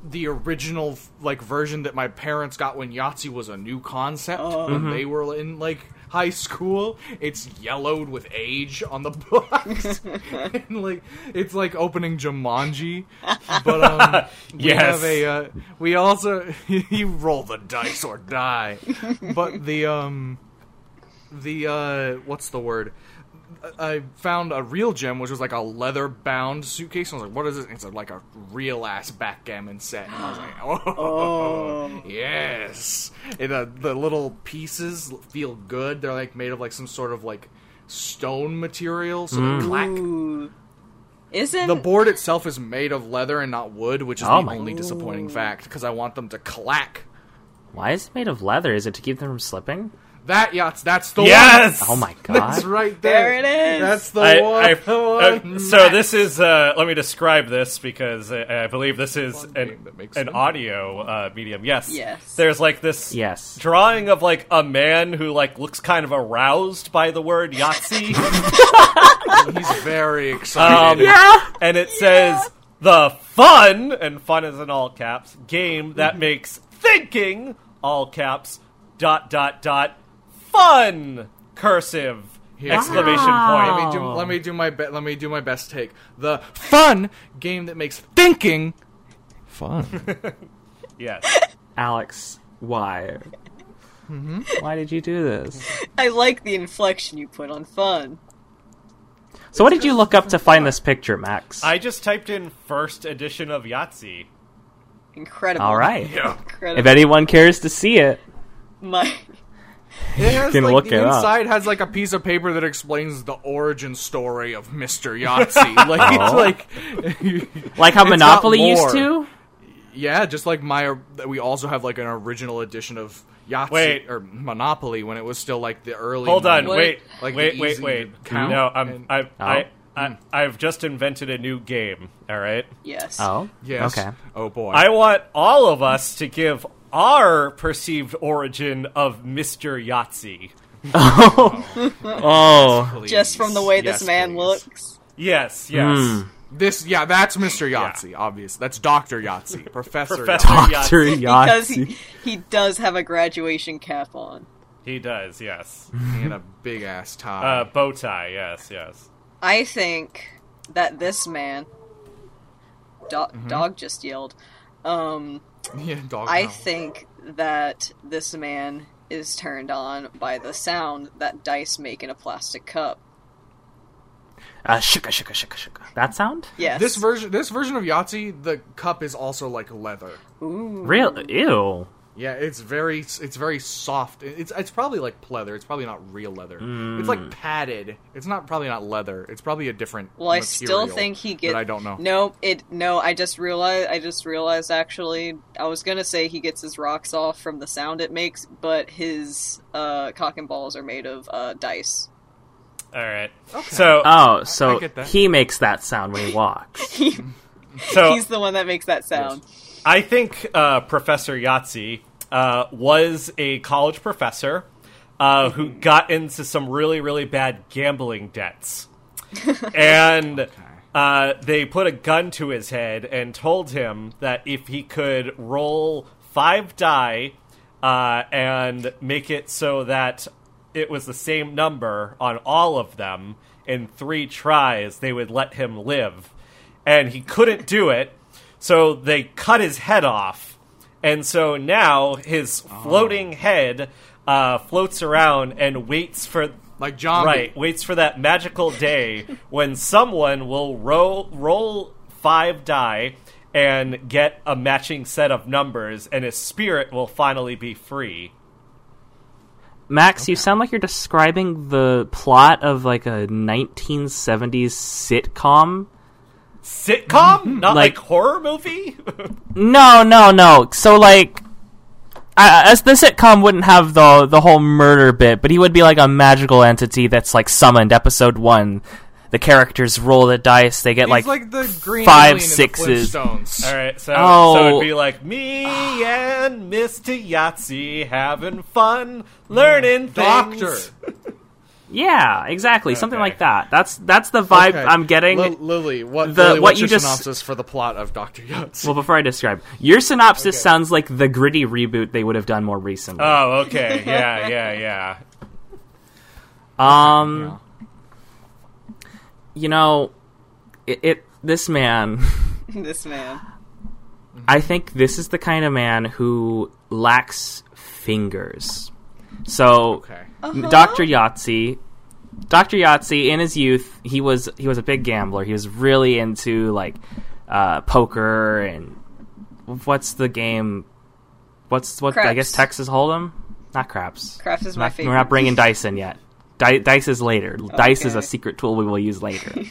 Speaker 1: the original like version that my parents got when Yahtzee was a new concept
Speaker 5: Oh.
Speaker 1: when
Speaker 2: Mm-hmm.
Speaker 1: they were in like high school. It's yellowed with age on the (laughs)
Speaker 5: (laughs)
Speaker 1: box, and like it's like opening Jumanji. (laughs) But um, we
Speaker 3: Yes.
Speaker 1: have a. Uh, we also (laughs) you roll the dice or die, but the um the uh what's the word I found a real gem, which was like a leather bound suitcase. And I was like, what is this? And it's like a real ass backgammon set. And I was like, (laughs) oh, yes. And uh, the little pieces feel good. They're like made of like some sort of like stone material. So they clack.
Speaker 5: Ooh. Isn't
Speaker 1: The board itself is made of leather and not wood, which is
Speaker 2: Oh
Speaker 1: the
Speaker 2: my-
Speaker 1: only disappointing fact because I want them to clack.
Speaker 2: Why is it made of leather? Is it to keep them from slipping?
Speaker 1: That yachts, that's the one.
Speaker 3: Yes.
Speaker 2: Oh my
Speaker 1: (laughs) That's
Speaker 2: god.
Speaker 1: right
Speaker 5: There
Speaker 1: there.
Speaker 5: it is.
Speaker 1: That's the
Speaker 3: I-
Speaker 1: one.
Speaker 3: I-
Speaker 1: the
Speaker 3: uh,
Speaker 1: one.
Speaker 3: so this is. Uh, let me describe this because I, I believe this is
Speaker 1: Fun
Speaker 3: an,
Speaker 1: game that makes
Speaker 3: an
Speaker 1: sense.
Speaker 3: audio uh, medium. Yes.
Speaker 5: Yes.
Speaker 3: There's like this.
Speaker 2: Yes.
Speaker 3: Drawing of like a man who like looks kind of aroused by the word
Speaker 2: (laughs)
Speaker 3: Yahtzee,
Speaker 1: He's
Speaker 2: um,
Speaker 1: very excited.
Speaker 2: Ah!
Speaker 3: and it says the fun and fun is in all caps game that
Speaker 1: Mm-hmm.
Speaker 3: makes thinking all caps dot dot dot fun cursive
Speaker 1: Here.
Speaker 3: exclamation
Speaker 2: Wow.
Speaker 3: point.
Speaker 1: Let me do, let me do my be- let me do my best take. The fun game that makes thinking
Speaker 2: (laughs)
Speaker 1: fun.
Speaker 3: Yes.
Speaker 2: Alex, why?
Speaker 1: Mm-hmm.
Speaker 2: Why did you do this?
Speaker 5: I like the inflection you put on fun.
Speaker 2: So what did you look up to find this picture, Max?
Speaker 3: I just typed in first edition of Yahtzee.
Speaker 5: Incredible.
Speaker 2: All right. If
Speaker 5: Incredible.
Speaker 2: anyone cares to see it,
Speaker 5: My (laughs)
Speaker 1: It has,
Speaker 2: can
Speaker 1: like,
Speaker 2: look
Speaker 1: the
Speaker 2: it up.
Speaker 1: inside has like a piece of paper that explains the origin story of Mister Yahtzee. (laughs) like it's
Speaker 2: Oh.
Speaker 1: like
Speaker 2: like how
Speaker 1: It's got
Speaker 2: Monopoly used
Speaker 1: lore.
Speaker 2: to.
Speaker 1: yeah, just like my we also have like an original edition of Yahtzee
Speaker 3: Wait.
Speaker 1: or Monopoly when it was still like the early.
Speaker 3: Hold on,
Speaker 5: What?
Speaker 3: wait,
Speaker 1: Like
Speaker 3: wait,
Speaker 1: the
Speaker 3: wait,
Speaker 1: easy
Speaker 3: wait.
Speaker 1: count
Speaker 3: No, I'm,
Speaker 1: and- Hmm.
Speaker 3: I, I,
Speaker 2: Oh.
Speaker 3: I, I've just invented a new game. All right,
Speaker 5: yes.
Speaker 2: Oh,
Speaker 1: Yes.
Speaker 2: Okay.
Speaker 1: Oh boy.
Speaker 3: I want all of us to give our perceived origin of Mister Yahtzee.
Speaker 2: Oh,
Speaker 1: Please.
Speaker 5: Just from the way this
Speaker 1: Yes,
Speaker 5: man
Speaker 1: please.
Speaker 5: looks.
Speaker 3: Yes, yes,
Speaker 1: Hmm. This yeah, that's Mister Yahtzee. Obvious. That's Doctor
Speaker 3: (laughs)
Speaker 1: Yahtzee. Professor.
Speaker 3: Professor
Speaker 1: Yahtzee.
Speaker 2: (laughs) Doctor
Speaker 5: Because
Speaker 2: Yahtzee.
Speaker 5: he, he does have a graduation cap on.
Speaker 3: he does. Yes,
Speaker 1: and a big ass tie.
Speaker 3: uh, bow tie. Yes, yes.
Speaker 5: I think that this man. Do-
Speaker 2: Mm-hmm.
Speaker 5: Dog just yelled. Um,
Speaker 1: (laughs) yeah, dog.
Speaker 5: I
Speaker 1: pound.
Speaker 5: think that this man is turned on by the sound that dice make in a plastic cup.
Speaker 2: Uh, shuka, shuka, shuka, shuka. That sound?
Speaker 5: Yes.
Speaker 1: this version. This version of Yahtzee, the cup is also like leather.
Speaker 5: Ooh.
Speaker 2: Real? Oh, Ew.
Speaker 1: Yeah, it's very it's very soft. It's it's probably like pleather. It's probably not real leather. It's
Speaker 2: Hmm.
Speaker 1: like padded. It's not probably not leather. It's probably a different.
Speaker 5: Well, I
Speaker 1: material
Speaker 5: still think he
Speaker 1: that
Speaker 5: gets.
Speaker 1: I don't know.
Speaker 5: No, it. No, I just realized. I just realized. Actually, I was gonna say he gets his rocks off from the sound it makes, but his uh, cock and balls are made of uh, dice.
Speaker 3: All right. So,
Speaker 2: Oh, so
Speaker 1: get that.
Speaker 2: he makes that sound when he walks.
Speaker 1: Oh.
Speaker 3: so
Speaker 5: He's the one that makes that sound. (laughs)
Speaker 3: I think uh, Professor Yahtzee uh, was a college professor uh, who got into some really, really bad gambling debts. and uh, they put a gun to his head and told him that if he could roll five die uh, and make it so that it was the same number on all of them in three tries, they would let him live. And he couldn't do it, so they cut his head off. And so now his
Speaker 1: Oh.
Speaker 3: floating head uh, floats around and waits for
Speaker 1: Like John.
Speaker 3: Right, waits for that magical day when someone will roll roll five die and get a matching set of numbers, and his spirit will finally be free.
Speaker 2: Max, you sound like you're describing the plot of like a 1970s sitcom.
Speaker 3: Sitcom, not like,
Speaker 2: Like-
Speaker 3: horror movie.
Speaker 2: No, no, no. So like, I, I- as the sitcom wouldn't have the the whole murder bit, but he would be like a magical entity that's like summoned. Episode one, the characters roll the dice. They get
Speaker 1: He's like,
Speaker 2: like,
Speaker 1: the green
Speaker 2: five
Speaker 1: alien in the
Speaker 2: sixes.
Speaker 1: Flintstones.
Speaker 3: All right, so so
Speaker 2: Oh.
Speaker 3: it'd be like me and Mr. Yahtzee having fun, learning things.
Speaker 1: Doctor.
Speaker 2: yeah, exactly, something
Speaker 3: Okay.
Speaker 2: like that. That's that's the vibe
Speaker 1: Okay.
Speaker 2: I'm getting.
Speaker 1: Li- Lily, what,
Speaker 2: the-
Speaker 1: Lily,
Speaker 2: what
Speaker 1: what's
Speaker 2: you
Speaker 1: your
Speaker 2: just-
Speaker 1: synopsis for the plot of Doctor Yutz?
Speaker 2: well, before I describe, your synopsis sounds like the gritty reboot they would have done more recently.
Speaker 3: Oh, okay, yeah, yeah, yeah.
Speaker 2: um, you know, it, it this man. (laughs)
Speaker 5: this man.
Speaker 2: I think this is the kind of man who lacks fingers. So,
Speaker 1: okay.
Speaker 5: Uh-huh.
Speaker 2: Dr. Yahtzee, Dr. Yahtzee, in his youth, he was he was a big gambler. He was really into like uh, poker and what's the game? What's what? I guess
Speaker 5: Craps.
Speaker 2: Texas Hold'em, not craps.
Speaker 5: Craps is
Speaker 2: We're
Speaker 5: my
Speaker 2: not-
Speaker 5: favorite.
Speaker 2: We're not bringing dice in yet. Di- dice is later. Dice is a
Speaker 5: Okay.
Speaker 2: secret tool we will use later.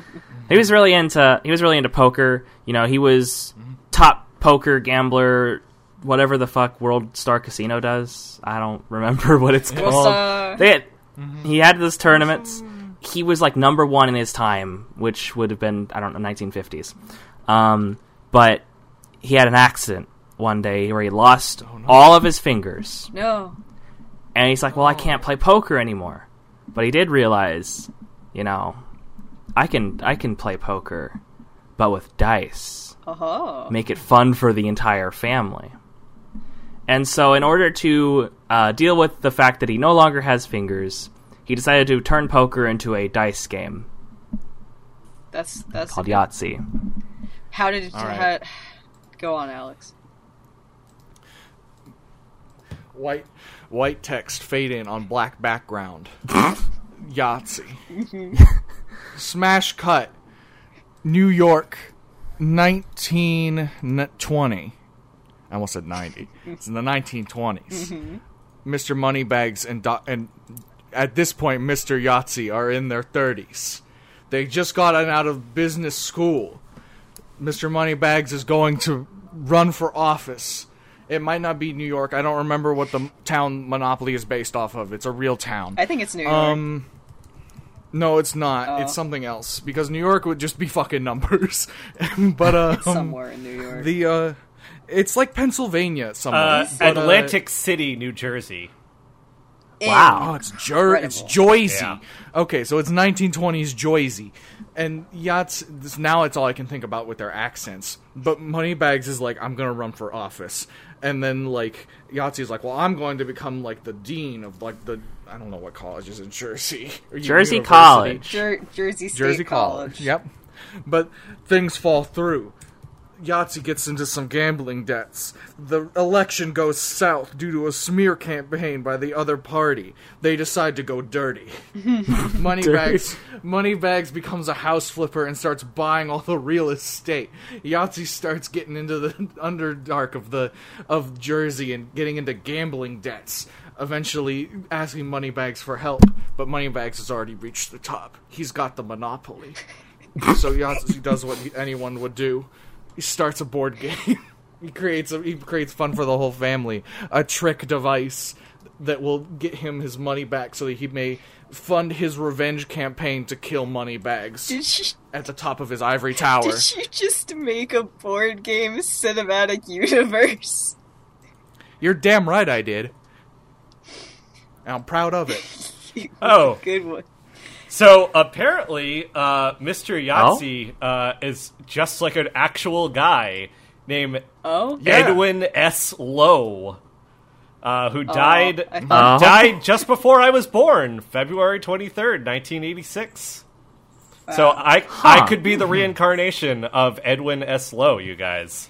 Speaker 5: (laughs)
Speaker 2: he was really into he was really into poker. You know, he was
Speaker 5: Mm-hmm.
Speaker 2: top poker gambler, whatever the fuck World Star Casino does. I don't (laughs) remember what it's called.
Speaker 5: Star. Mm-hmm.
Speaker 2: They had, He had those tournaments. He was like number one in his time, which would have been I don't know 1950s. Um, but he had an accident one day where he lost
Speaker 5: Oh,
Speaker 2: all of his fingers.
Speaker 5: No.
Speaker 2: And he's like, "Well, I can't play poker anymore." But he did realize, you know, I can I can play poker, but with dice.
Speaker 5: Uh-huh.
Speaker 2: Make it fun for the entire family. And so, in order to uh, deal with the fact that he no longer has fingers, he decided to turn poker into a dice game
Speaker 5: That's that's
Speaker 2: called Yahtzee.
Speaker 5: how did it
Speaker 1: All right.
Speaker 5: how- (sighs) go on, Alex?
Speaker 1: White white text fade in on black background. Yahtzee. (laughs) Smash cut. New York, nineteen twenty. I almost said ninety. It's in the nineteen Mr. Moneybags and Do- and at this point, Mr. Yahtzee are in their thirties. They just got out of business school. Mr. Moneybags is going to run for office. It might not be New York. I don't remember what the m- town Monopoly is based off of. It's a real town.
Speaker 5: I think it's New York.
Speaker 1: Um, no, it's not.
Speaker 5: Oh.
Speaker 1: It's something else because New York would just be fucking numbers. (laughs) but uh,
Speaker 5: (laughs) somewhere in New York.
Speaker 1: the uh, it's like Pennsylvania somewhere.
Speaker 3: Uh,
Speaker 1: But, uh,
Speaker 3: Atlantic City, New Jersey.
Speaker 5: In-
Speaker 2: Wow.
Speaker 1: Oh, it's Jer- it's
Speaker 5: Incredible.
Speaker 1: Joyzy.
Speaker 3: Yeah.
Speaker 1: Okay, so it's 1920s Joyzy. And yachts. This, now it's all I can think about with their accents. But Moneybags is like, I'm gonna run for office, and then like Yahtzee's like, well, I'm going to become like the dean of like the I don't know what college is in Jersey, (laughs) or u-
Speaker 2: Jersey
Speaker 1: university.
Speaker 2: College.
Speaker 5: Jer- Jersey State
Speaker 1: Jersey
Speaker 5: College.
Speaker 1: College. Yep. But things fall through. Yahtzee gets into some gambling debts. The election goes south due to a smear campaign by the other party. They decide to go dirty. (laughs) Moneybags Moneybags becomes a house flipper and starts buying all the real estate. Yahtzee starts getting into the (laughs) underdark of the of Jersey and getting into gambling debts. Eventually asking Moneybags for help, but Moneybags has already reached the top. He's got the monopoly. So Yahtzee does what he- anyone would do. He starts a board game. (laughs) he creates a, he creates fun for the whole family. A trick device that will get him his money back, so that he may fund his revenge campaign to kill Moneybags
Speaker 5: (laughs) Did she,
Speaker 1: at the top of his ivory tower.
Speaker 5: did she just make a board game cinematic (laughs) universe?
Speaker 1: You're damn right, I did. And I'm proud of it.
Speaker 3: Oh,
Speaker 5: Good one.
Speaker 3: So apparently, uh, Mr. Yahtzee uh, is just like an actual guy named
Speaker 5: Oh,
Speaker 1: Yeah.
Speaker 3: Edwin S. Lowe. uh, who died
Speaker 5: I thought-
Speaker 3: (laughs)
Speaker 2: Oh.
Speaker 3: died just before I was born, February twenty third, nineteen eighty six. So I I could be the reincarnation of Edwin S. Lowe, you guys.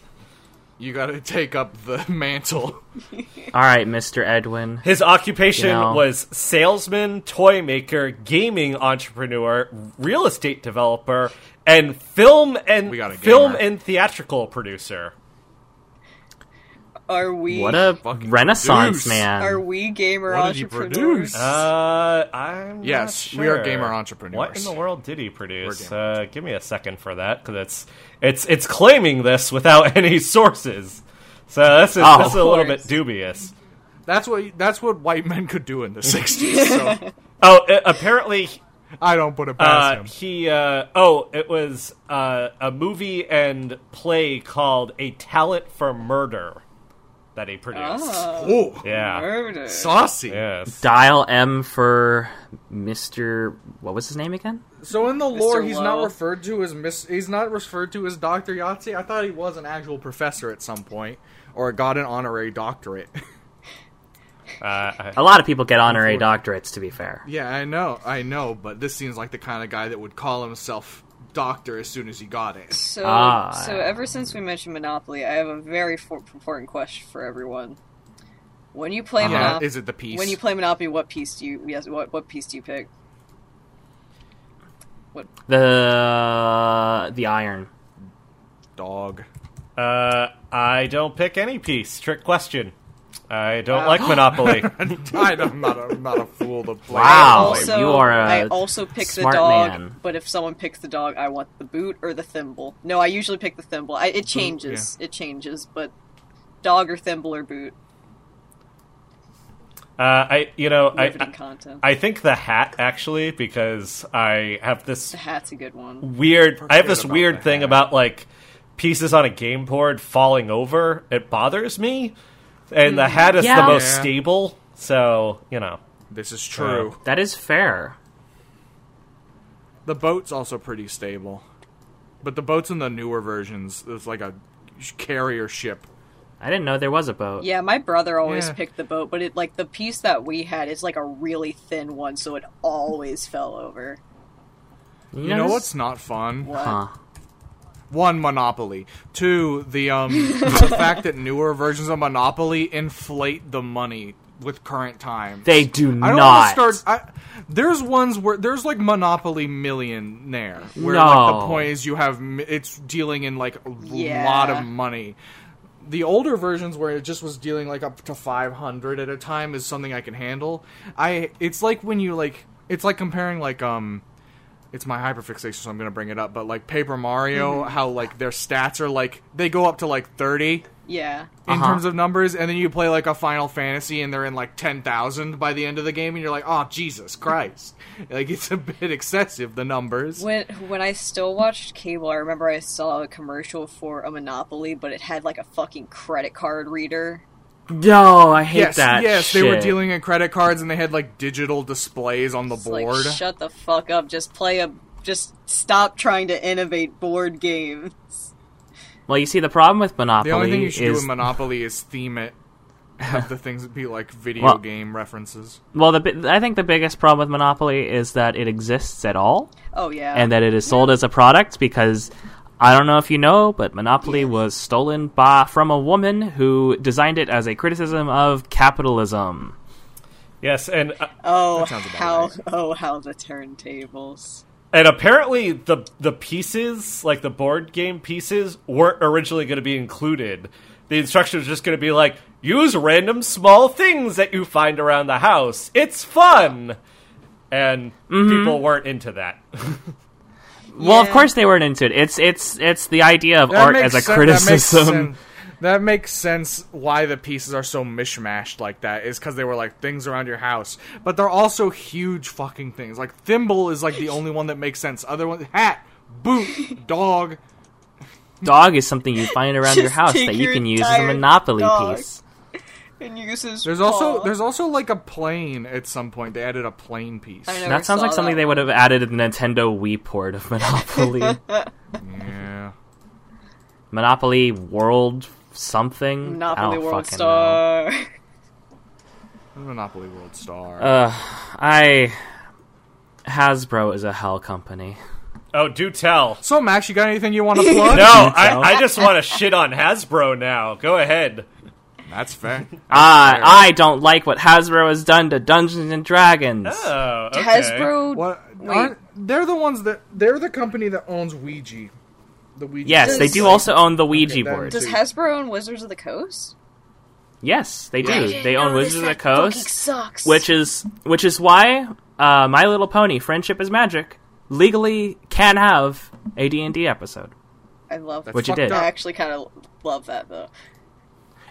Speaker 1: You gotta take up the (laughs) mantle.
Speaker 2: All right, Mr. Edwin.
Speaker 3: His occupation
Speaker 2: You know.
Speaker 3: was salesman, toy maker, gaming entrepreneur, real estate developer, and film and
Speaker 1: We got a
Speaker 3: film
Speaker 1: gamer.
Speaker 3: and theatrical producer.
Speaker 5: Are we?
Speaker 2: What a
Speaker 1: Fucking
Speaker 2: renaissance
Speaker 1: produce.
Speaker 2: man.
Speaker 5: Are we gamer
Speaker 1: What did he
Speaker 5: entrepreneurs?
Speaker 1: produce?
Speaker 3: Uh, I'm
Speaker 1: Yes,
Speaker 3: not
Speaker 1: we are
Speaker 3: sure.
Speaker 1: gamer entrepreneurs.
Speaker 3: What in the world did he produce?
Speaker 1: We're gamer
Speaker 3: Uh, give me a second for that because it's it's it's claiming this without (laughs) any sources. So this is
Speaker 2: Oh.
Speaker 3: this is a little
Speaker 5: Of
Speaker 3: bit
Speaker 5: course.
Speaker 3: dubious.
Speaker 1: That's what that's what white men could do in the (laughs) sixties. So
Speaker 3: Oh, a- apparently
Speaker 1: I don't put it past
Speaker 3: uh,
Speaker 1: him.
Speaker 3: he. Uh, oh, it was uh, a movie and play called "A Talent for Murder" that he produced.
Speaker 5: Ah,
Speaker 1: Oh,
Speaker 3: yeah.
Speaker 5: murder.
Speaker 1: saucy.
Speaker 3: Yes.
Speaker 2: Dial M for Mr. What was his name again?
Speaker 1: So in the lore,
Speaker 5: Mr.
Speaker 1: he's not
Speaker 5: Lowe.
Speaker 1: referred to as Miss. He's not referred to as Doctor Yahtzee. I thought he was an actual professor at some point, or got an honorary doctorate. (laughs)
Speaker 3: Uh, I-
Speaker 2: A lot of people get honorary doctorates, to be fair.
Speaker 1: yeah, I know, I know, but this seems like the kind of guy that would call himself doctor as soon as he got it.
Speaker 5: So,
Speaker 2: Ah.
Speaker 5: so ever since we mentioned Monopoly, I have a very for- important question for everyone. When you play
Speaker 1: Yeah,
Speaker 5: Monopoly,
Speaker 1: Uh, Uh-huh. is it the piece?
Speaker 5: when you play Monopoly, what piece do you yes, what what piece do you pick?
Speaker 2: The the iron.
Speaker 5: (laughs)
Speaker 1: dog.
Speaker 3: uh, I don't pick any piece. Trick question. I don't like
Speaker 5: (laughs)
Speaker 3: Monopoly.
Speaker 1: I'm not, a, I'm not a fool to play.
Speaker 2: Wow. Oh,
Speaker 5: also,
Speaker 2: you are a
Speaker 5: I also pick the
Speaker 2: smart
Speaker 5: dog,
Speaker 2: man.
Speaker 5: but if someone picks the dog, I want the boot or the thimble. No, I usually pick the thimble. I, it changes. It changes, but dog or thimble or boot.
Speaker 3: Uh, I, you know, I,
Speaker 5: Riveting
Speaker 3: I,
Speaker 5: content.
Speaker 3: I think the hat actually because I have this
Speaker 5: the hat's a good one.
Speaker 3: weird. I have this
Speaker 1: about
Speaker 3: weird
Speaker 1: the
Speaker 3: thing
Speaker 1: hat.
Speaker 3: about like pieces on a game board falling over. It bothers me, and the hat is
Speaker 2: Yeah.
Speaker 3: the most
Speaker 1: Yeah.
Speaker 3: stable. So you know,
Speaker 1: This is true.
Speaker 2: That is fair.
Speaker 1: The boat's also pretty stable, but the boat's in the newer versions. It's like a sh- carrier ship.
Speaker 2: I didn't know there was a boat.
Speaker 5: Yeah, my brother always
Speaker 1: Yeah.
Speaker 5: picked the boat, but it like the piece that we had is like a really thin one, so it always fell over.
Speaker 1: You know
Speaker 2: notice-
Speaker 1: what's not fun?
Speaker 5: What?
Speaker 2: Huh.
Speaker 1: one monopoly two the um the fact that newer versions of monopoly inflate the money with current time
Speaker 2: They do
Speaker 1: I don't
Speaker 2: not.
Speaker 1: want to start. I, there's ones where there's like Monopoly Millionaire, where
Speaker 2: No.
Speaker 1: like the point is you have mi- it's dealing in like a
Speaker 5: Yeah.
Speaker 1: lot of money. The older versions where it just was dealing like up to 500 at a time is something I can handle. I it's like when you like it's like comparing like um it's my hyperfixation so I'm going to bring it up but like Paper Mario how like their stats are like they go up to like 30
Speaker 5: Yeah.
Speaker 1: in
Speaker 2: Uh-huh.
Speaker 1: terms of numbers, and then you play like a Final Fantasy, and they're in like ten thousand by the end of the game, and you're like, oh Jesus Christ! (laughs) like it's a bit excessive the numbers.
Speaker 5: When when I still watched cable, I remember I saw a commercial for a Monopoly, but it had like a fucking credit card reader.
Speaker 2: No, I hate
Speaker 1: yes,
Speaker 2: that.
Speaker 1: yes, they were
Speaker 2: shit.
Speaker 1: dealing in credit cards, and they had like digital displays on the
Speaker 5: It's like,
Speaker 1: board.
Speaker 5: shut the fuck up. Just play a. Just stop trying to innovate board games.
Speaker 2: Well, you see, the problem with Monopoly
Speaker 1: the only thing you should do
Speaker 2: is
Speaker 1: with Monopoly is theme it. Have the things be
Speaker 2: (laughs)
Speaker 1: like video
Speaker 2: Well-
Speaker 1: game references.
Speaker 2: well, the bi- I think the biggest problem with Monopoly is that it exists at all,
Speaker 5: Oh yeah.
Speaker 2: and that it is sold as a product because. I don't know if you know, but Monopoly was stolen by from a woman who designed it as a criticism of capitalism.
Speaker 3: yes, and uh,
Speaker 5: oh
Speaker 1: sounds about
Speaker 5: how
Speaker 1: right.
Speaker 5: oh how the turntables.
Speaker 3: and apparently the the pieces, like the board game pieces, weren't originally going to be included. The instruction was just going to be like, use random small things that you find around the house. It's fun, and people weren't into that.
Speaker 2: Well, of
Speaker 5: Yeah.
Speaker 2: course they weren't into it. It's it's it's the idea of art as a
Speaker 1: sen-
Speaker 2: criticism.
Speaker 1: That makes, sen- that makes sense why the pieces are so mishmashed like that is because they were like things around your house, but they're also huge fucking things. Like thimble is like the only one that makes sense. Other one hat, boot, dog.
Speaker 2: (laughs) dog is something you find around your
Speaker 5: Just
Speaker 2: house
Speaker 5: take
Speaker 2: that you
Speaker 5: your
Speaker 2: can use as a
Speaker 5: entire
Speaker 2: monopoly
Speaker 5: dog.
Speaker 2: piece.
Speaker 5: And uses.
Speaker 1: There's also there's also like a plane at some point. They added a plane piece.
Speaker 5: I never
Speaker 2: That sounds
Speaker 5: saw
Speaker 2: like something
Speaker 5: that
Speaker 2: they would
Speaker 5: one.
Speaker 2: have added in the Nintendo Wii port
Speaker 5: (laughs)
Speaker 2: of (laughs) Monopoly.
Speaker 1: Yeah.
Speaker 2: monopoly World something. I
Speaker 5: Monopoly
Speaker 2: don't
Speaker 5: World
Speaker 2: fucking know.
Speaker 5: Star.
Speaker 1: Monopoly World Star.
Speaker 2: Uh, I Hasbro is a hell company.
Speaker 3: Oh, do tell.
Speaker 1: so Max, you got anything you want to
Speaker 2: (laughs)
Speaker 1: plug?
Speaker 3: (laughs) No,
Speaker 2: tell.
Speaker 3: I, I just want to shit on Hasbro now. Go ahead.
Speaker 1: That's
Speaker 2: (laughs)
Speaker 1: fair.
Speaker 2: Ah, I don't like what Hasbro has done to Dungeons and Dragons.
Speaker 3: Oh, okay.
Speaker 5: Hasbro.
Speaker 1: What?
Speaker 5: Wait.
Speaker 1: aren't- They're the ones that they're the company that owns Ouija. The Ouija.
Speaker 2: Yes, they
Speaker 5: Does-
Speaker 2: do also own the Ouija
Speaker 1: Okay, that-
Speaker 2: board.
Speaker 5: Does Hasbro own Wizards of the Coast?
Speaker 2: Yes, they
Speaker 5: I
Speaker 2: do.
Speaker 5: didn't
Speaker 2: They own
Speaker 5: know
Speaker 2: Wizards
Speaker 5: this.
Speaker 2: of the
Speaker 5: That fucking
Speaker 2: Coast,
Speaker 5: sucks.
Speaker 2: which is which is why uh, My Little Pony: Friendship is Magic legally can have a D&D episode.
Speaker 5: I love.
Speaker 1: That's
Speaker 2: Which you
Speaker 1: fucked
Speaker 2: did.
Speaker 5: I
Speaker 1: up.
Speaker 5: actually kind of love that though.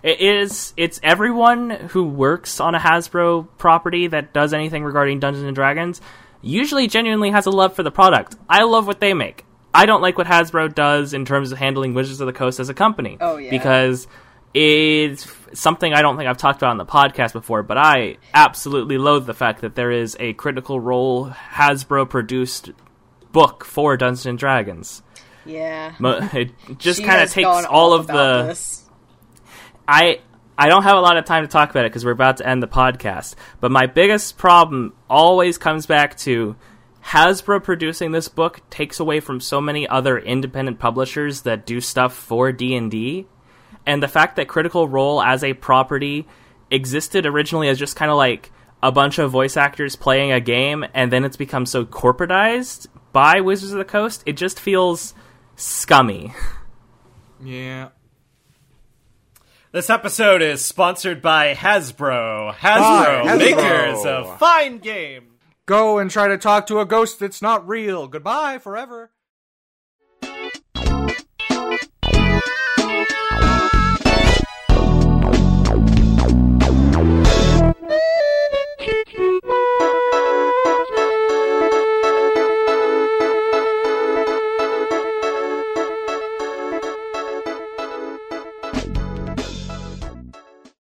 Speaker 2: It is it's everyone who works on a Hasbro property that does anything regarding Dungeons and Dragons usually genuinely has a love for the product. I love what they make. I don't like what Hasbro does in terms of handling Wizards of the Coast as a company.
Speaker 5: Oh, yeah.
Speaker 2: Because it's something I don't think I've talked about on the podcast before, but I absolutely loathe the fact that there is a critical role Hasbro produced book for Dungeons and Dragons.
Speaker 5: Yeah.
Speaker 2: Mo- (laughs) It just
Speaker 5: She
Speaker 2: kind of
Speaker 5: has
Speaker 2: takes
Speaker 5: gone
Speaker 2: all
Speaker 5: off
Speaker 2: of
Speaker 5: about
Speaker 2: the
Speaker 5: this.
Speaker 2: I I don't have a lot of time to talk about it because we're about to end the podcast. But my biggest problem always comes back to Hasbro producing this book takes away from so many other independent publishers that do stuff for D and D, and the fact that Critical Role as a property existed originally as just kind of like a bunch of voice actors playing a game, and then it's become so corporatized by Wizards of the Coast, it just feels scummy.
Speaker 1: Yeah.
Speaker 3: This episode is sponsored by Hasbro. Hasbro,
Speaker 1: Hasbro.
Speaker 3: makers of fine games.
Speaker 1: Go and try to talk to a ghost that's not real. Goodbye forever.